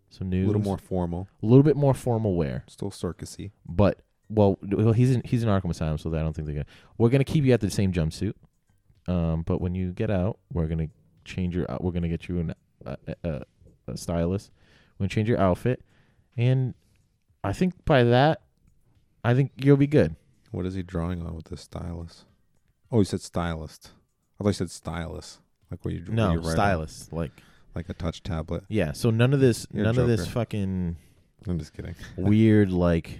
Speaker 2: some
Speaker 1: A
Speaker 2: new
Speaker 1: little more formal,
Speaker 2: a little bit more formal wear.
Speaker 1: still circusy.
Speaker 2: But well, well, he's in he's in Arkham Asylum, so I don't think they're gonna. We're gonna keep you at the same jumpsuit, um, but when you get out, we're gonna change your. out- We're gonna get you an a, a, a stylist. We're gonna change your outfit, and I think by that, I think you'll be good.
Speaker 1: What is he drawing on with this stylus? Oh, he said stylist. I thought he said stylus. Like what you what you
Speaker 2: No,
Speaker 1: write on-
Speaker 2: stylist, like
Speaker 1: like a touch tablet.
Speaker 2: yeah. So none of this,
Speaker 1: You're a
Speaker 2: none of this
Speaker 1: joker.
Speaker 2: fucking
Speaker 1: I'm just kidding.
Speaker 2: weird like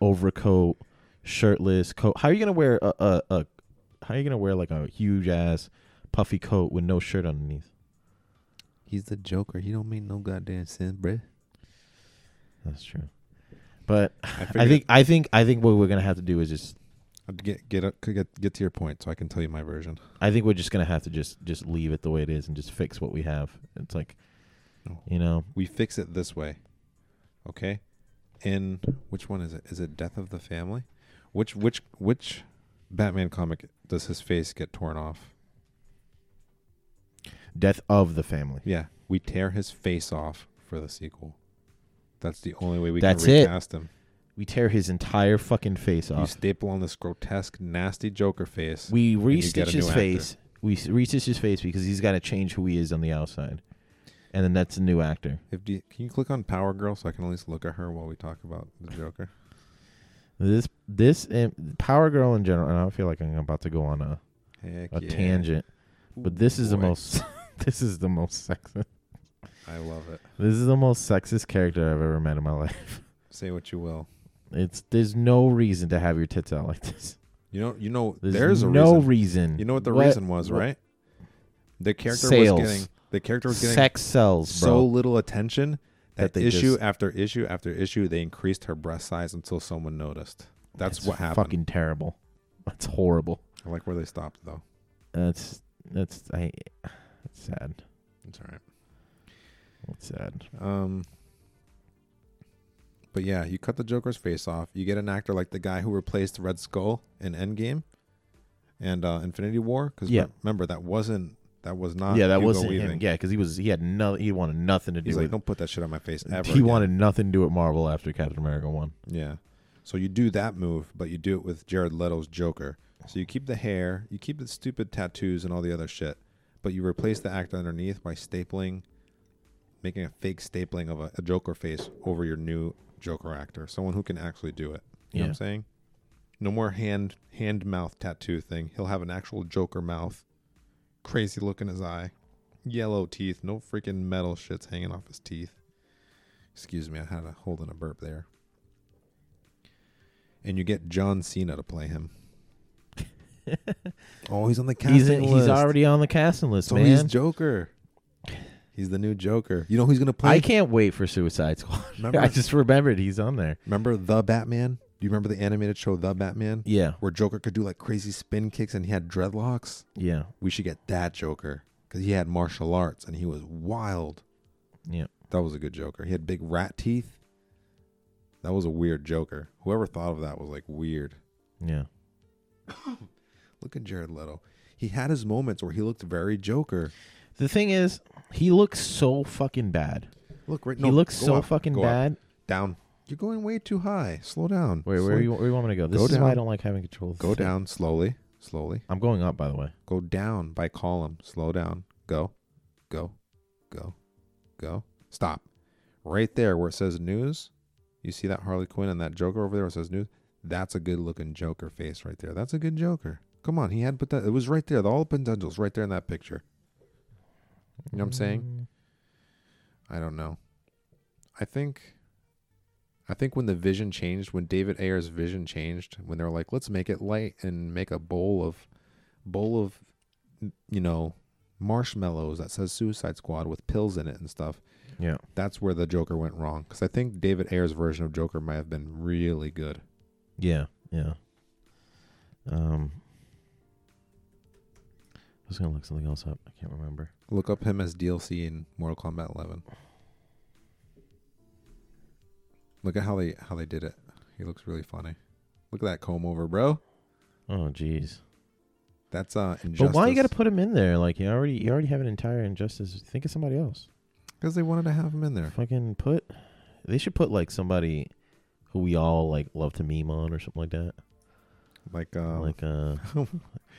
Speaker 2: overcoat, shirtless coat. How are you gonna wear a, a, a how are you gonna wear like a huge ass puffy coat with no shirt underneath?
Speaker 3: He's the Joker. He don't mean no goddamn sin, bruh.
Speaker 2: That's true. But
Speaker 1: I,
Speaker 2: I
Speaker 1: figured
Speaker 2: think I think I think what we're gonna have to do is just
Speaker 1: I'd get get up, could get get to your point, so I can tell you my version.
Speaker 2: I think we're just gonna have to just just leave it the way it is and just fix what we have. It's like
Speaker 1: No.
Speaker 2: you know
Speaker 1: We fix it this way, okay? In which one is it? Is it Death of the Family? Which which which Batman comic does his face get torn off?
Speaker 2: death of the family.
Speaker 1: Yeah, we tear his face off for the sequel. That's the only way we
Speaker 2: That's
Speaker 1: can
Speaker 2: it.
Speaker 1: recast him.
Speaker 2: We tear his entire fucking face
Speaker 1: You
Speaker 2: off.
Speaker 1: staple on this grotesque, nasty Joker face.
Speaker 2: we
Speaker 1: you
Speaker 2: restitch
Speaker 1: get a
Speaker 2: his
Speaker 1: new actor.
Speaker 2: face. We s- restitch his face because he's got to change who he is on the outside, and then that's a new actor.
Speaker 1: If do you- can you click on Power Girl so I can at least look at her while we talk about the Joker?
Speaker 2: This this um, Power Girl in general, and I feel like I'm about to go on a,
Speaker 1: Heck
Speaker 2: a
Speaker 1: yeah.
Speaker 2: tangent, but this is the
Speaker 1: Boy,
Speaker 2: most this is the most sexist
Speaker 1: I love it.
Speaker 2: this is the most sexist character I've ever met in my life.
Speaker 1: Say what you will.
Speaker 2: It's there's no reason to have your tits out like this.
Speaker 1: You know, you know,
Speaker 2: There's,
Speaker 1: there's a
Speaker 2: no
Speaker 1: reason.
Speaker 2: reason.
Speaker 1: You know what the reason was,
Speaker 2: what-
Speaker 1: right? The character
Speaker 2: Sales.
Speaker 1: was getting the character was getting
Speaker 2: Sex sells,
Speaker 1: so
Speaker 2: bro.
Speaker 1: little attention that,
Speaker 2: That they
Speaker 1: issue
Speaker 2: just-
Speaker 1: after issue after issue they increased her breast size until someone noticed. That's
Speaker 2: It's
Speaker 1: what happened.
Speaker 2: Fucking terrible. That's horrible.
Speaker 1: I like where they stopped though.
Speaker 2: That's that's I. That's sad.
Speaker 1: It's all right.
Speaker 2: That's sad.
Speaker 1: Um, but yeah, you cut the Joker's face off. You get an actor like the guy who replaced Red Skull in Endgame and uh, Infinity War. Because
Speaker 2: Yeah.
Speaker 1: remember that wasn't that was not
Speaker 2: yeah, that
Speaker 1: Hugo
Speaker 2: wasn't
Speaker 1: Weaving.
Speaker 2: him. Yeah, because he was he had no he wanted nothing to do
Speaker 1: He's like,
Speaker 2: with.
Speaker 1: don't put that shit on my face ever.
Speaker 2: he
Speaker 1: again."
Speaker 2: wanted nothing to do with Marvel after Captain America one.
Speaker 1: Yeah. So you do that move, but you do it with Jared Leto's Joker. So you keep the hair, you keep the stupid tattoos and all the other shit, but you replace the actor underneath by stapling, making a fake stapling of a, a Joker face over your new Joker actor, someone who can actually do it. You know what
Speaker 2: Yeah.
Speaker 1: I'm saying? No more hand hand mouth tattoo thing. He'll have an actual Joker mouth, crazy look in his eye, yellow teeth, no freaking metal shits hanging off his teeth. Excuse me, I had a hold in a burp there. And you get John Cena to play him. oh, he's on the casting
Speaker 2: He's in,
Speaker 1: list.
Speaker 2: he's already on the casting list,
Speaker 1: so he's
Speaker 2: man.
Speaker 1: Joker. He's the new Joker. You know who's gonna play?
Speaker 2: I can't wait for Suicide Squad.
Speaker 1: Remember-
Speaker 2: I just remembered he's on there.
Speaker 1: Remember the Batman? Do you remember the animated show The Batman?
Speaker 2: Yeah,
Speaker 1: where Joker could do like crazy spin kicks and he had dreadlocks.
Speaker 2: yeah,
Speaker 1: We should get that Joker because he had martial arts and he was wild.
Speaker 2: yeah.
Speaker 1: That was a good Joker. He had big rat teeth. That was a weird Joker. Whoever thought of that was like weird.
Speaker 2: Yeah.
Speaker 1: Look at Jared Leto. He had his moments where he looked very Joker.
Speaker 2: The thing is, he looks so fucking bad.
Speaker 1: Look right.
Speaker 2: he
Speaker 1: no,
Speaker 2: looks
Speaker 1: go
Speaker 2: so
Speaker 1: up,
Speaker 2: fucking
Speaker 1: go up,
Speaker 2: bad.
Speaker 1: down. You're going way too high. Slow down.
Speaker 2: Wait,
Speaker 1: Slow-
Speaker 2: where, you, where you want me to go? This
Speaker 1: Go
Speaker 2: is why I
Speaker 1: down.
Speaker 2: don't like having control. of the
Speaker 1: Go
Speaker 2: thing.
Speaker 1: down slowly. Slowly.
Speaker 2: I'm going up, by the way.
Speaker 1: Go down by column. Slow down. Go, go, go, go. Stop. Right there where it says news, You see that Harley Quinn and that Joker over there? It says news. That's a good looking Joker face right there. That's a good Joker. Come on, he had but that it was right there. The, all the potential's right there in that picture. You know what I'm saying? I don't know. I think I think when the vision changed, when David Ayer's vision changed, when they were like, let's make it light and make a bowl of bowl of you know, marshmallows that says Suicide Squad with pills in it and stuff.
Speaker 2: Yeah.
Speaker 1: That's where the Joker went wrong cuz I think David Ayer's version of Joker might have been really good.
Speaker 2: Yeah, yeah. Um, I was gonna look something else up. I can't remember.
Speaker 1: Look up him as DLC in Mortal Kombat 11. Look at how they how they did it. He looks really funny. Look at that comb over, bro.
Speaker 2: Oh, jeez.
Speaker 1: That's uh injustice.
Speaker 2: But why you gotta put him in there? Like you already, you already have an entire injustice. Think of somebody else.
Speaker 1: Because they wanted to have him in there.
Speaker 2: Fucking put. They should put like somebody who we all like love to meme on or something like that.
Speaker 1: Like, um,
Speaker 2: like uh,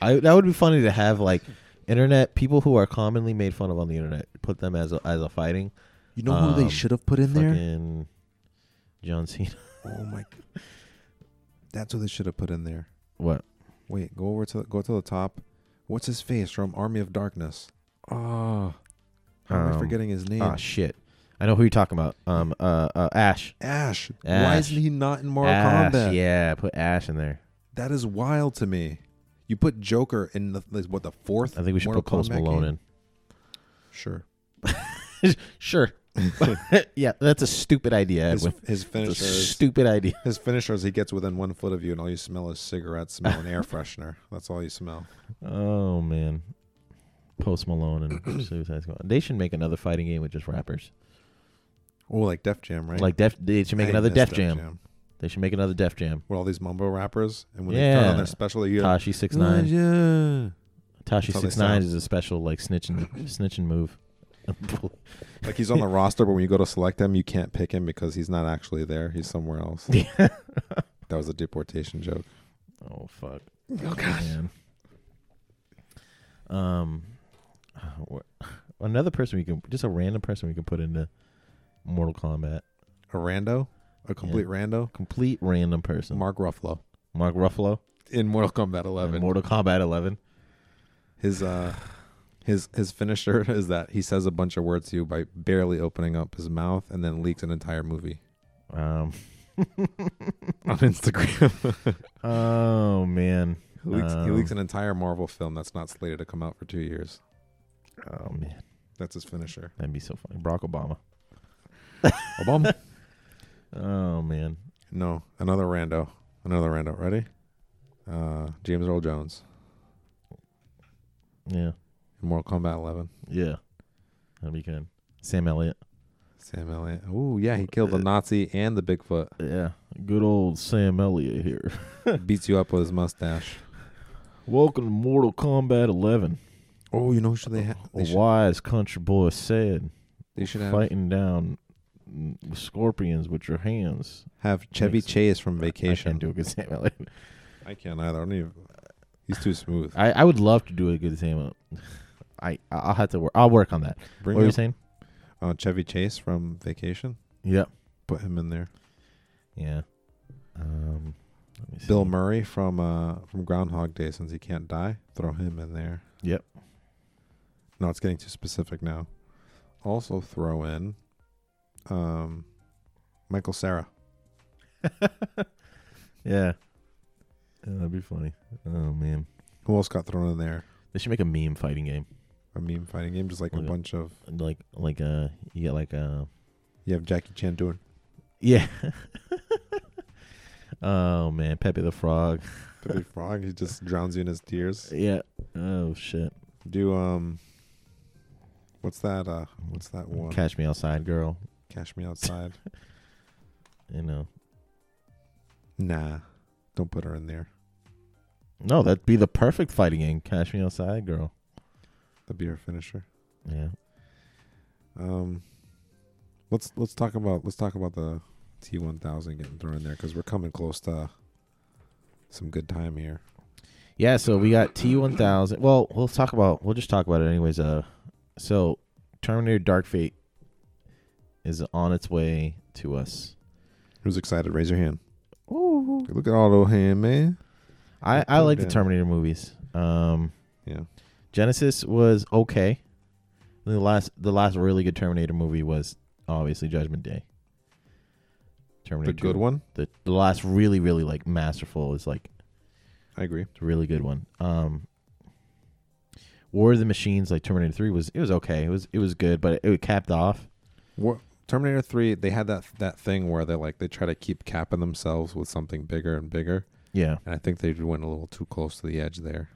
Speaker 2: I that would be funny to have like internet people who are commonly made fun of on the internet. Put them as a, as a fighting.
Speaker 3: You know who
Speaker 2: Um,
Speaker 3: they should have put in there?
Speaker 2: fucking John Cena.
Speaker 1: oh my. That's what they should have put in there.
Speaker 2: What?
Speaker 1: Wait, go over to go to the top. What's his face from Army of Darkness? Oh, how am I
Speaker 2: Um,
Speaker 1: forgetting his name?
Speaker 2: Ah, shit. I know who you're talking about. Um, uh, uh Ash.
Speaker 1: Ash. Why
Speaker 2: Ash.
Speaker 1: isn't he not in Mortal
Speaker 2: Ash,
Speaker 1: Kombat?
Speaker 2: Yeah, put Ash in there.
Speaker 1: That is wild to me. You put Joker in the like, what the fourth?
Speaker 2: I think we should
Speaker 1: Mortal
Speaker 2: put Post
Speaker 1: Kombat
Speaker 2: Malone
Speaker 1: game? Sure.
Speaker 2: in. sure. yeah, that's a stupid idea,
Speaker 1: His,
Speaker 2: Edwin.
Speaker 1: his
Speaker 2: That's a
Speaker 1: finisher is
Speaker 2: stupid idea.
Speaker 1: his finisher is he gets within one foot of you, and all you smell is cigarette smell and air freshener. That's all you smell.
Speaker 2: Oh man. Post Malone and Suicide Squad. They should make another fighting game with just rappers.
Speaker 1: Oh, like Def Jam, right?
Speaker 2: Like Def, they should make
Speaker 1: I
Speaker 2: another
Speaker 1: miss
Speaker 2: Def Jam. They should make another Def Jam.
Speaker 1: With all these mumbo rappers, and when they turn on
Speaker 2: Yeah.
Speaker 1: their special, they hear
Speaker 2: Tashi six nine.
Speaker 1: "Oh,
Speaker 2: Tashi
Speaker 1: how they
Speaker 2: six nine
Speaker 1: sound.
Speaker 2: is a special like snitching snitching move.
Speaker 1: yeah." Like he's on the roster, but when you go to select him, you can't pick him because he's not actually there. He's somewhere else.
Speaker 2: yeah.
Speaker 1: That was a deportation joke.
Speaker 2: Oh fuck. Oh god. Um, what, another person we can just a random person we can put into Mortal Kombat.
Speaker 1: A rando, a complete rando.
Speaker 2: Complete random person. Mark,
Speaker 1: Mark Ruffalo
Speaker 2: Ruffalo.
Speaker 1: in Mortal Kombat
Speaker 2: in
Speaker 1: 11.
Speaker 2: Mortal Kombat eleven.
Speaker 1: his uh his his finisher is that he says a bunch of words to you by barely opening up his mouth and then leaks an entire movie
Speaker 2: Um.
Speaker 1: on Instagram.
Speaker 2: oh man.
Speaker 1: he, leaks, he
Speaker 2: Um,
Speaker 1: leaks an entire Marvel film that's not slated to come out for two years.
Speaker 2: Oh man.
Speaker 1: That's his finisher.
Speaker 2: That'd be so funny. Barack Obama.
Speaker 1: Obama.
Speaker 2: Oh man.
Speaker 1: no, another rando, another rando. Ready? Uh, James Earl Jones,
Speaker 2: Yeah.
Speaker 1: Mortal Kombat 11.
Speaker 2: Yeah. That'd be good. Sam Elliott.
Speaker 1: Sam Elliott. Ooh, yeah, he killed the Nazi and the Bigfoot.
Speaker 2: Yeah. Good old Sam Elliott here.
Speaker 1: Beats you up with his mustache.
Speaker 2: Welcome to Mortal Kombat eleven.
Speaker 1: Oh, you know should they have?
Speaker 2: A
Speaker 1: They should,
Speaker 2: wise country boy said.
Speaker 1: they should have,
Speaker 2: fighting down mm, scorpions with your hands.
Speaker 1: have Chevy
Speaker 2: Makes-
Speaker 1: Chase from
Speaker 2: I
Speaker 1: Vacation.
Speaker 2: can't do a good Sam Elliott.
Speaker 1: I can't either. I don't even. He's too smooth.
Speaker 2: I, I would love to do a good Sam Elliott. I I'll have to work. I'll work on that.
Speaker 1: Bring
Speaker 2: what were you
Speaker 1: up,
Speaker 2: saying?
Speaker 1: uh, Chevy Chase from Vacation.
Speaker 2: Yeah.
Speaker 1: Put him in there.
Speaker 2: Yeah. Um. Let me see.
Speaker 1: Bill Murray from uh, from Groundhog Day, since he can't die, throw him in there.
Speaker 2: Yep.
Speaker 1: No, it's getting too specific now. Also throw in, um, Michael Sarah.
Speaker 2: yeah. Yeah, that'd be funny. Oh man,
Speaker 1: Who else got thrown in there?
Speaker 2: they should make a meme fighting game.
Speaker 1: A meme fighting game, just like a
Speaker 2: Okay.
Speaker 1: bunch of.
Speaker 2: Like like uh you get like uh
Speaker 1: You have Jackie Chan doing
Speaker 2: yeah. oh man, Pepe the Frog.
Speaker 1: Billy Frog. He just drowns you in his tears.
Speaker 2: Yeah. Oh shit.
Speaker 1: Do um. What's that? Uh, what's that one?
Speaker 2: Catch me outside, girl.
Speaker 1: Cash me outside.
Speaker 2: You know.
Speaker 1: Nah, don't put her in there.
Speaker 2: No, that'd be the perfect fighting game. Cash me outside, girl.
Speaker 1: That'd be her finisher.
Speaker 2: Yeah.
Speaker 1: Um, let's let's talk about let's talk about the T one thousand getting thrown in there because we're coming close to some good time here.
Speaker 2: Yeah, so we got T one thousand. Well, we'll talk about we'll just talk about it anyways. Uh so Terminator Dark Fate is on its way to us.
Speaker 1: Who's excited? Raise your hand.
Speaker 2: Ooh.
Speaker 1: Look at Auto Hand, man.
Speaker 2: I, I
Speaker 1: Calm
Speaker 2: like the
Speaker 1: down.
Speaker 2: Terminator movies. Um,
Speaker 1: Yeah.
Speaker 2: Genesis was okay. The last the last really good Terminator movie was obviously Judgment Day.
Speaker 1: The
Speaker 2: Terminator
Speaker 1: good
Speaker 2: 2.
Speaker 1: one.
Speaker 2: The, the last really really like masterful is like
Speaker 1: I agree.
Speaker 2: It's a really good one. Um, War of the Machines, like Terminator Three, was it was okay. It was it was good, but it, capped off.
Speaker 1: War- Terminator 3, they had that that thing where they like they try to keep capping themselves with something bigger and bigger,
Speaker 2: Yeah.
Speaker 1: and I think they went a little too close to the edge there.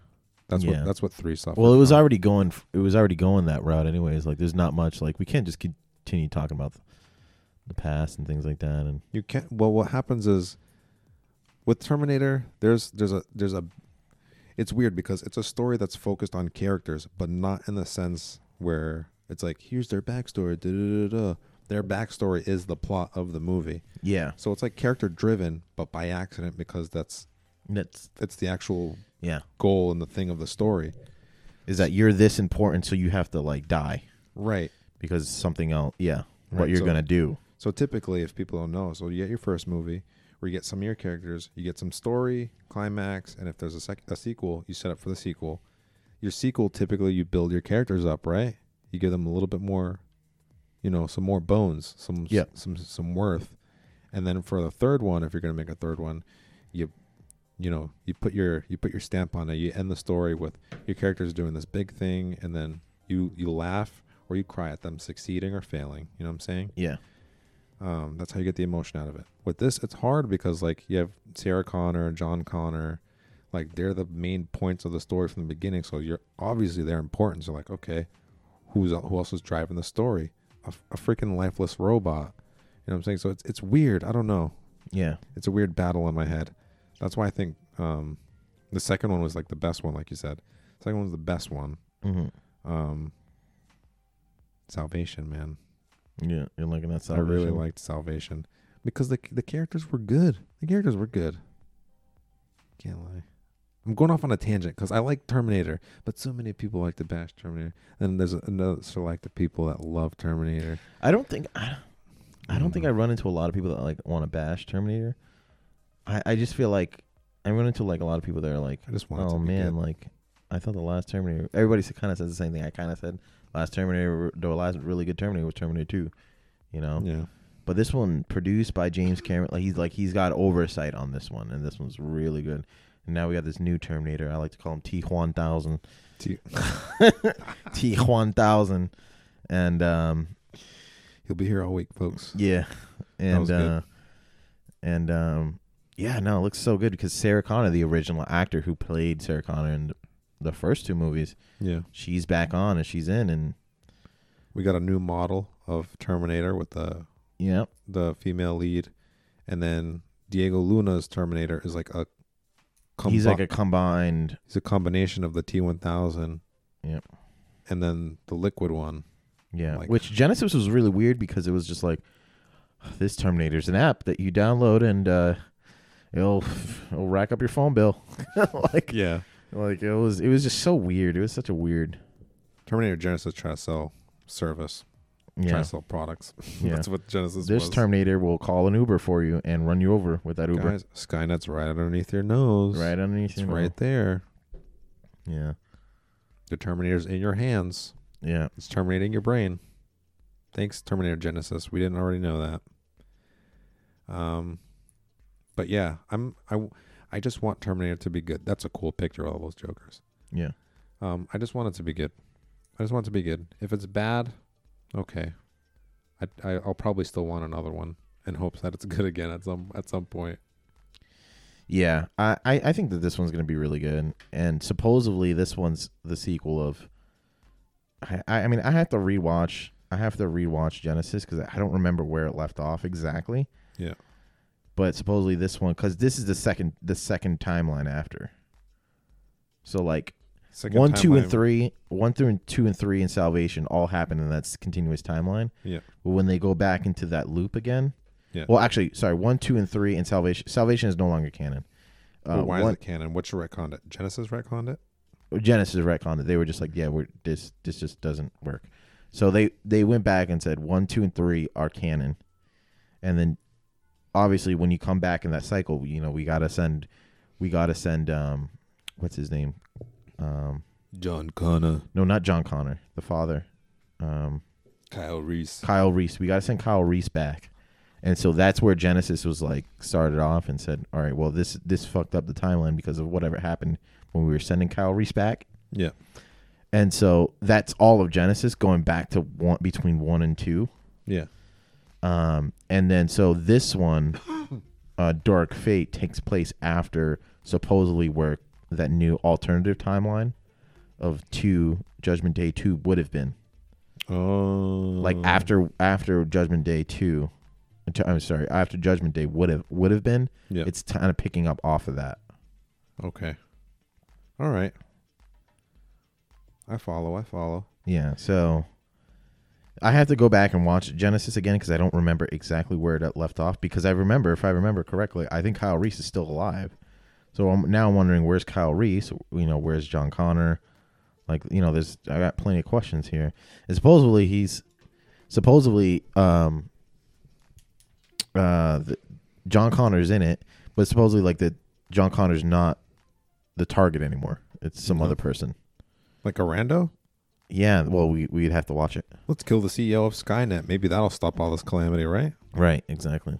Speaker 1: That's
Speaker 2: Yeah.
Speaker 1: what that's what 3 suffered.
Speaker 2: Well, it was
Speaker 1: from.
Speaker 2: already going. f- It was already going that route, anyways. Like, there's not much. Like, we can't just continue talking about th- the past and things like that. And
Speaker 1: You can't. Well, what happens is with Terminator, there's there's a there's a it's weird because it's a story that's focused on characters, but not in the sense where it's like here's their backstory. Da, da, da, da. Their backstory is the plot of the movie,
Speaker 2: yeah,
Speaker 1: so it's like character driven, but by accident because that's
Speaker 2: that's
Speaker 1: it's the actual
Speaker 2: yeah.
Speaker 1: goal and the thing of the story.
Speaker 2: Is that you're this important, so you have to like die
Speaker 1: Right.
Speaker 2: because something else. Yeah, what
Speaker 1: Right,
Speaker 2: you're
Speaker 1: so-
Speaker 2: gonna do.
Speaker 1: So typically, if people don't know, so you get your first movie where you get some of your characters, you get some story, climax, and if there's a, sec- a sequel, you set up for the sequel. Your sequel, typically, you build your characters up, right? You give them a little bit more, you know, some more bones, some
Speaker 2: Yeah.
Speaker 1: some some worth, and then for the third one, if you're going to make a third one, you you know you put your you put your stamp on it. You end the story with your characters doing this big thing, and then you you laugh or you cry at them succeeding or failing. You know what I'm saying?
Speaker 2: Yeah,
Speaker 1: Um, that's how you get the emotion out of it. With this, it's hard because like you have Sarah Connor, John Connor, like they're the main points of the story from the beginning. So you're obviously they're important. So like, okay, who's uh, who else is driving the story? A, f- a freaking lifeless robot. You know what I'm saying? So it's it's weird. I don't know.
Speaker 2: yeah.
Speaker 1: It's a weird battle in my head. That's why I think um, the second one was like the best one, like you said. Second one was the best one.
Speaker 2: hmm
Speaker 1: Um, Salvation, man.
Speaker 2: Yeah, you're looking at
Speaker 1: I really
Speaker 2: Salvation.
Speaker 1: liked Salvation because the the characters were good. The characters were good. Can't lie. I'm going off on a tangent because I like Terminator, but so many people like to bash Terminator. Then there's another select of people that love Terminator.
Speaker 2: I don't think I, I don't think
Speaker 1: Mm.
Speaker 2: I run into a lot of people that like want to bash Terminator. I, I just feel like I run into like a lot of people that are like,
Speaker 1: I just want. it
Speaker 2: oh
Speaker 1: to be
Speaker 2: man,
Speaker 1: good.
Speaker 2: like I thought the last Terminator. Everybody kind of says the same thing. I kind of said last Terminator, the last really good Terminator was Terminator Two, you know.
Speaker 1: yeah.
Speaker 2: But this one produced by James Cameron, like he's like he's got oversight on this one, and this one's really good. And now we got this new Terminator. I like to call him T Juan Thousand.
Speaker 1: T-
Speaker 2: T Juan Thousand, and um,
Speaker 1: He'll be here all week, folks.
Speaker 2: yeah, and
Speaker 1: was good.
Speaker 2: uh, and um, yeah, no, it looks so good because Sarah Connor, the original actor who played Sarah Connor in the first two movies,
Speaker 1: Yeah.
Speaker 2: she's back on and she's in, and
Speaker 1: We got a new model of Terminator with the
Speaker 2: yeah,
Speaker 1: the female lead, and then Diego Luna's Terminator is like a. Combi-
Speaker 2: he's like a combined.
Speaker 1: he's a combination of the T1000.
Speaker 2: Yep.
Speaker 1: And then the liquid one.
Speaker 2: Yeah,
Speaker 1: Like-
Speaker 2: which Genesis was really weird because it was just like this Terminator's an app that you download and uh, it'll it'll rack up your phone bill. like
Speaker 1: Yeah.
Speaker 2: like it was it was just so weird. It was such a weird.
Speaker 1: Terminator Genesis try to sell service, try
Speaker 2: Yeah,
Speaker 1: to sell products.
Speaker 2: Yeah.
Speaker 1: That's what Genesis
Speaker 2: this
Speaker 1: was.
Speaker 2: Terminator will call an Uber for you and run you over with that Uber.
Speaker 1: Guys, Skynet's right underneath your nose.
Speaker 2: Right underneath
Speaker 1: It's
Speaker 2: your
Speaker 1: right there.
Speaker 2: nose. Yeah.
Speaker 1: The Terminator's in your hands.
Speaker 2: Yeah.
Speaker 1: It's terminating your brain. Thanks, Terminator Genesis. We didn't already know that. Um, but yeah, I'm I, w- I just want Terminator to be good. That's a cool picture. All those jokers.
Speaker 2: Yeah.
Speaker 1: Um, I just want it to be good. I just want it to be good. If it's bad, okay. I, I I'll probably still want another one in hopes that it's good again at some at some point.
Speaker 2: Yeah. I, I, I think that this one's gonna be really good. And supposedly this one's the sequel of I, I I mean I have to rewatch I have to rewatch Genesis because I don't remember where it left off exactly.
Speaker 1: Yeah.
Speaker 2: But supposedly this one because this is the second the second timeline after. So like
Speaker 1: Second
Speaker 2: one, two, and
Speaker 1: timeline-
Speaker 2: three, one through and two and three in Salvation all happen in that s- continuous timeline.
Speaker 1: Yeah.
Speaker 2: But when they go back into that loop again,
Speaker 1: Yeah.
Speaker 2: Well, actually, sorry, one, two, and three in Salvation. Salvation is no longer canon. Uh,
Speaker 1: Well, why
Speaker 2: one-
Speaker 1: is it canon? What's your retconned it? Genesis retconned it.
Speaker 2: Genesis retconned it. They were just like, yeah, we're this this just doesn't work. So they they went back and said one, two, and three are canon, and then obviously when you come back in that cycle, you know, we gotta send, we gotta send, um, what's his name? Um,
Speaker 1: John Connor,
Speaker 2: no, not John Connor, the father, um,
Speaker 1: Kyle Reese.
Speaker 2: Kyle Reese. We gotta send Kyle Reese back, and so that's where Genesis was like started off and said, all right, well this this fucked up the timeline because of whatever happened when we were sending Kyle Reese back.
Speaker 1: Yeah.
Speaker 2: And so that's all of Genesis going back to one between one and two.
Speaker 1: Yeah.
Speaker 2: Um, and then so this one, uh, Dark Fate takes place after supposedly where that new alternative timeline of two Judgment Day two would have been
Speaker 1: Oh.
Speaker 2: like after after Judgment Day two. t- I'm sorry, after Judgment Day would have would have been.
Speaker 1: Yeah.
Speaker 2: It's kind of picking up off of that.
Speaker 1: Okay. All right. I follow. I follow.
Speaker 2: Yeah, so I have to go back and watch Genesis again because I don't remember exactly where it left off. Because I remember, if I remember correctly, I think Kyle Reese is still alive. So I'm now wondering where's Kyle Reese? You know, where's John Connor? Like, you know, there's I got plenty of questions here. And supposedly he's supposedly um uh the, John Connor's in it, but supposedly like the John Connor's not the target anymore. It's some
Speaker 1: Mhm.
Speaker 2: other person.
Speaker 1: Like a rando?
Speaker 2: Yeah, well, we we'd have to watch it.
Speaker 1: Let's kill the CEO of Skynet. Maybe that'll stop all this calamity, right?
Speaker 2: Right, exactly.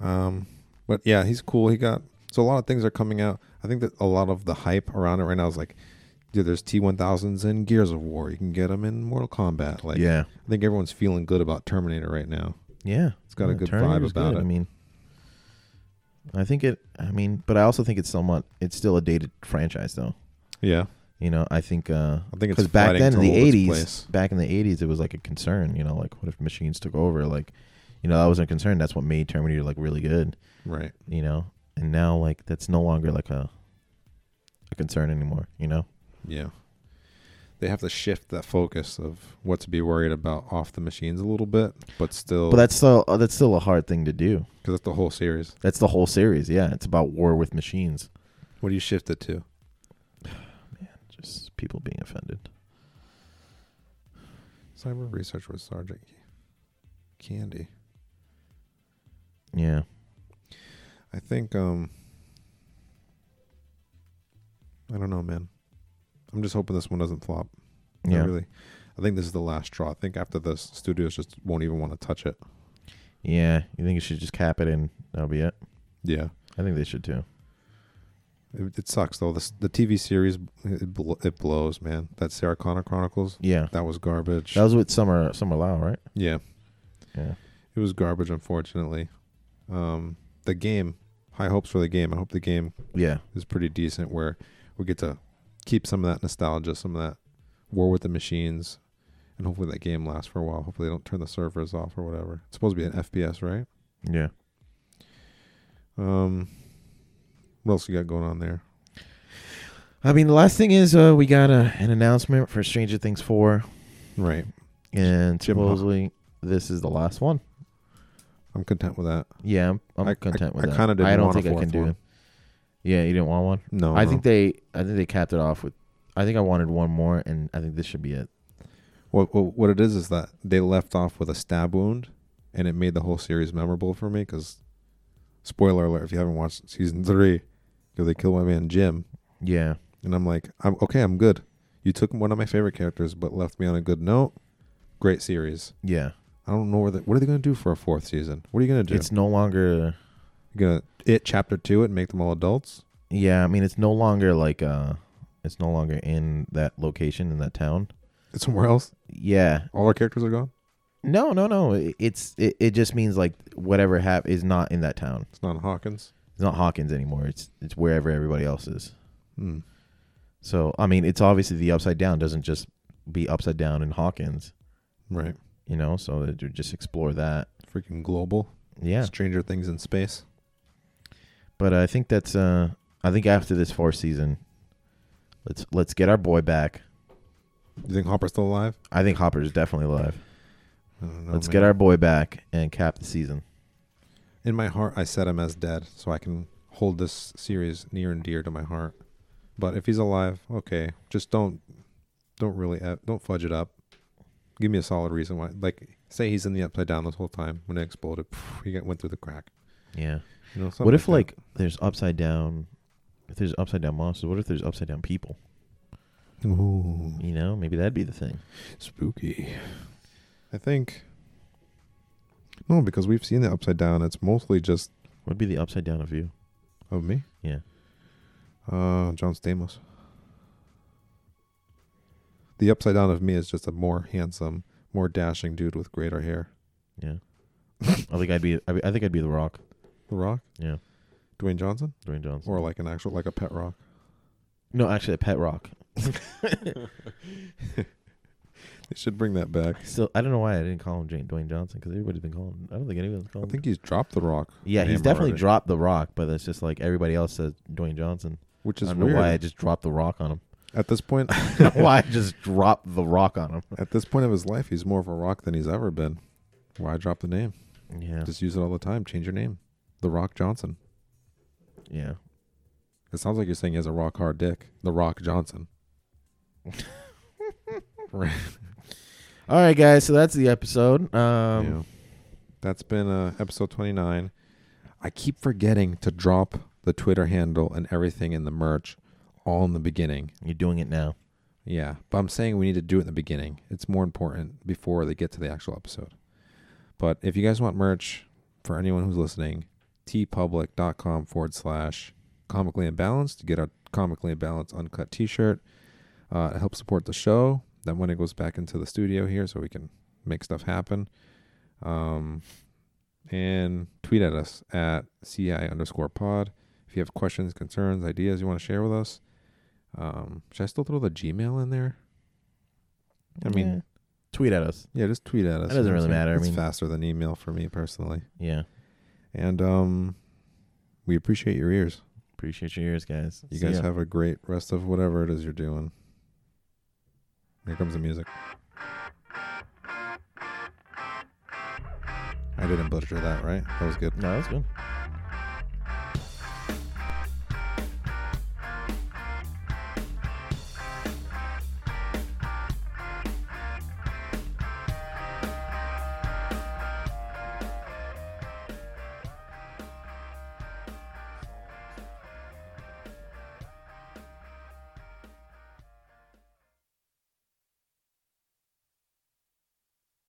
Speaker 1: Um, but yeah, he's cool. He got so a lot of things are coming out. I think that a lot of the hype around it right now is like, dude, there's T1000s in Gears of War. You can get them in Mortal Kombat. Like,
Speaker 2: yeah,
Speaker 1: I think everyone's feeling good about Terminator right now.
Speaker 2: yeah.
Speaker 1: It's got a
Speaker 2: Yeah,
Speaker 1: good
Speaker 2: Terminator
Speaker 1: vibe
Speaker 2: was
Speaker 1: about
Speaker 2: good. I
Speaker 1: it.
Speaker 2: mean, I think it. I mean, but I also think it's somewhat. It's still a dated franchise, though.
Speaker 1: Yeah,
Speaker 2: You know, I think. uh
Speaker 1: I think it's
Speaker 2: Because back
Speaker 1: fighting
Speaker 2: then in
Speaker 1: to
Speaker 2: the
Speaker 1: hold its
Speaker 2: eighties,
Speaker 1: place.
Speaker 2: back in the eighties, it was like a concern. You know, like what if machines took over? Like, you know, that was a concern. That's what made Terminator like really good.
Speaker 1: right?
Speaker 2: You know, and now like that's no longer like a a concern anymore. You know.
Speaker 1: Yeah, they have to shift that focus of what to be worried about off the machines a little bit, but still,
Speaker 2: But that's still uh, that's still a hard thing to do.
Speaker 1: because that's the whole series.
Speaker 2: That's the whole series. Yeah, it's about war with machines.
Speaker 1: What do you shift it to?
Speaker 2: Just people being offended.
Speaker 1: Cyber research with Sergeant Candy.
Speaker 2: Yeah.
Speaker 1: I think um I don't know, man. I'm just hoping this one doesn't flop.
Speaker 2: Yeah.
Speaker 1: I really. I think this is the last straw. I think after this, studios just won't even want to touch it.
Speaker 2: Yeah, you think you should just cap it and that'll be it?
Speaker 1: Yeah.
Speaker 2: I think they should too.
Speaker 1: It, it sucks though. This the TV series it, bl- it blows, man. That Sarah Connor Chronicles,
Speaker 2: Yeah,
Speaker 1: that was garbage.
Speaker 2: that was with Summer Summer Lau, right?
Speaker 1: yeah.
Speaker 2: Yeah,
Speaker 1: It was garbage unfortunately. Um the game, high hopes for the game. I hope the game
Speaker 2: yeah,
Speaker 1: is pretty decent where we get to keep some of that nostalgia, some of that war with the machines, and hopefully that game lasts for a while. Hopefully they don't turn the servers off or whatever. It's supposed to be an FPS, right?
Speaker 2: yeah.
Speaker 1: Um what else you got going on there?
Speaker 2: I mean, the last thing is uh, we got a, an announcement for Stranger Things four,
Speaker 1: Right.
Speaker 2: and
Speaker 1: Jim Hall.
Speaker 2: supposedly this is the last one.
Speaker 1: I'm content with that.
Speaker 2: Yeah, I'm, I'm
Speaker 1: I- I-
Speaker 2: content with
Speaker 1: I
Speaker 2: that.
Speaker 1: kinda didn't
Speaker 2: I don't
Speaker 1: want a
Speaker 2: think I
Speaker 1: fourth
Speaker 2: can do
Speaker 1: one.
Speaker 2: it. Yeah, you didn't want one.
Speaker 1: No.
Speaker 2: I
Speaker 1: no.
Speaker 2: think they, I think they capped it off with. I think I wanted one more, and I think this should be it.
Speaker 1: what, what what it is is that they left off with a stab wound and it made the whole series memorable for me cuz spoiler alert if you haven't watched season 3 cuz they kill my man Jim
Speaker 2: Yeah,
Speaker 1: And I'm like, I'm okay, I'm good. You took one of my favorite characters, but left me on a good note. Great series.
Speaker 2: yeah.
Speaker 1: I don't know where the, what are they going to do for a fourth season? What are you going to do?
Speaker 2: It's no longer.
Speaker 1: You're going to it chapter two and make them all adults.
Speaker 2: Yeah, I mean it's no longer like uh it's no longer in that location in that town.
Speaker 1: It's somewhere else.
Speaker 2: Yeah.
Speaker 1: All our characters are gone.
Speaker 2: No, no, no. It- It's it, it just means like whatever hap is not in that town.
Speaker 1: It's not Hawkins.
Speaker 2: It's not Hawkins anymore. It's it's wherever everybody else is.
Speaker 1: Mm.
Speaker 2: So, I mean, it's obviously the upside down doesn't just be upside down in Hawkins,
Speaker 1: Right.
Speaker 2: you know? So, they just explore that.
Speaker 1: Freaking global.
Speaker 2: Yeah.
Speaker 1: Stranger Things in space.
Speaker 2: But I think that's uh I think after this fourth season, let's let's get our boy back.
Speaker 1: You think Hopper's still alive?
Speaker 2: I think Hopper's definitely alive.
Speaker 1: I don't know.
Speaker 2: let's
Speaker 1: Oh, man.
Speaker 2: get our boy back and cap the season.
Speaker 1: In my heart, I set him as dead, so I can hold this series near and dear to my heart. But if he's alive, okay, just don't, don't really, uh, don't fudge it up. Give me a solid reason why. Like Say he's in the upside down this whole time. When it exploded, he got, went through the crack.
Speaker 2: Yeah.
Speaker 1: You know, something
Speaker 2: What if
Speaker 1: that.
Speaker 2: like there's upside down? If there's upside down monsters, what if there's upside down people?
Speaker 1: Ooh,
Speaker 2: You know, maybe that'd be the thing.
Speaker 1: spooky? I think no, because we've seen the upside down. It's mostly just
Speaker 2: What'd be the upside down of you?
Speaker 1: of Oh, me.
Speaker 2: Yeah.
Speaker 1: Uh, John Stamos. The upside down of me is just a more handsome, more dashing dude with greater hair.
Speaker 2: Yeah. I think I'd be. I, I think I'd be the Rock.
Speaker 1: The Rock,
Speaker 2: Yeah,
Speaker 1: Dwayne Johnson,
Speaker 2: Dwayne Johnson.
Speaker 1: or like an actual like a pet rock.
Speaker 2: no, actually, a Pet Rock.
Speaker 1: They should bring that back.
Speaker 2: Still, I don't know why I didn't call him Jane, Dwayne Johnson because everybody's been calling. Him, I don't think anyone's
Speaker 1: I
Speaker 2: calling.
Speaker 1: think he's dropped the rock,
Speaker 2: yeah, he's
Speaker 1: Name
Speaker 2: definitely
Speaker 1: already.
Speaker 2: dropped the Rock, but it's just like everybody else says Dwayne Johnson.
Speaker 1: which
Speaker 2: I
Speaker 1: is
Speaker 2: don't
Speaker 1: weird.
Speaker 2: know why I just dropped the Rock on him.
Speaker 1: At this point,
Speaker 2: I don't know why I just dropped the Rock on him?
Speaker 1: at this point of his life, he's more of a rock than he's ever been. Why drop the name?
Speaker 2: Yeah,
Speaker 1: Just use it all the time. Change your name. The Rock Johnson.
Speaker 2: yeah.
Speaker 1: It sounds like you're saying he has a rock hard dick. The Rock Johnson.
Speaker 2: All right, guys. So that's the episode. Um,
Speaker 1: yeah. That's been uh, episode 29. I keep forgetting to drop the Twitter handle and everything in the merch all in the beginning.
Speaker 2: You're doing it now.
Speaker 1: Yeah, but I'm saying we need to do it in the beginning. It's more important before they get to the actual episode. But if you guys want merch, for anyone who's listening, tpublic.com forward slash comically imbalanced. Get a comically imbalanced uncut t shirt. Uh, it helps support the show. That money goes back into the studio here so we can make stuff happen. Um, and tweet at us at CI underscore pod. If you have questions, concerns, ideas you want to share with us, um, should I still throw the Gmail in there? I mean,
Speaker 2: Yeah. tweet at us.
Speaker 1: yeah, just tweet at us.
Speaker 2: That
Speaker 1: You
Speaker 2: doesn't
Speaker 1: know what
Speaker 2: really
Speaker 1: I'm saying?
Speaker 2: matter. I
Speaker 1: It's
Speaker 2: mean-
Speaker 1: faster than email for me personally.
Speaker 2: Yeah,
Speaker 1: And um, we appreciate your ears.
Speaker 2: appreciate your ears, guys.
Speaker 1: You
Speaker 2: See
Speaker 1: guys
Speaker 2: ya.
Speaker 1: have a great rest of whatever it is you're doing. Here comes the music. I didn't butcher that, right? That was good.
Speaker 2: No, that's good.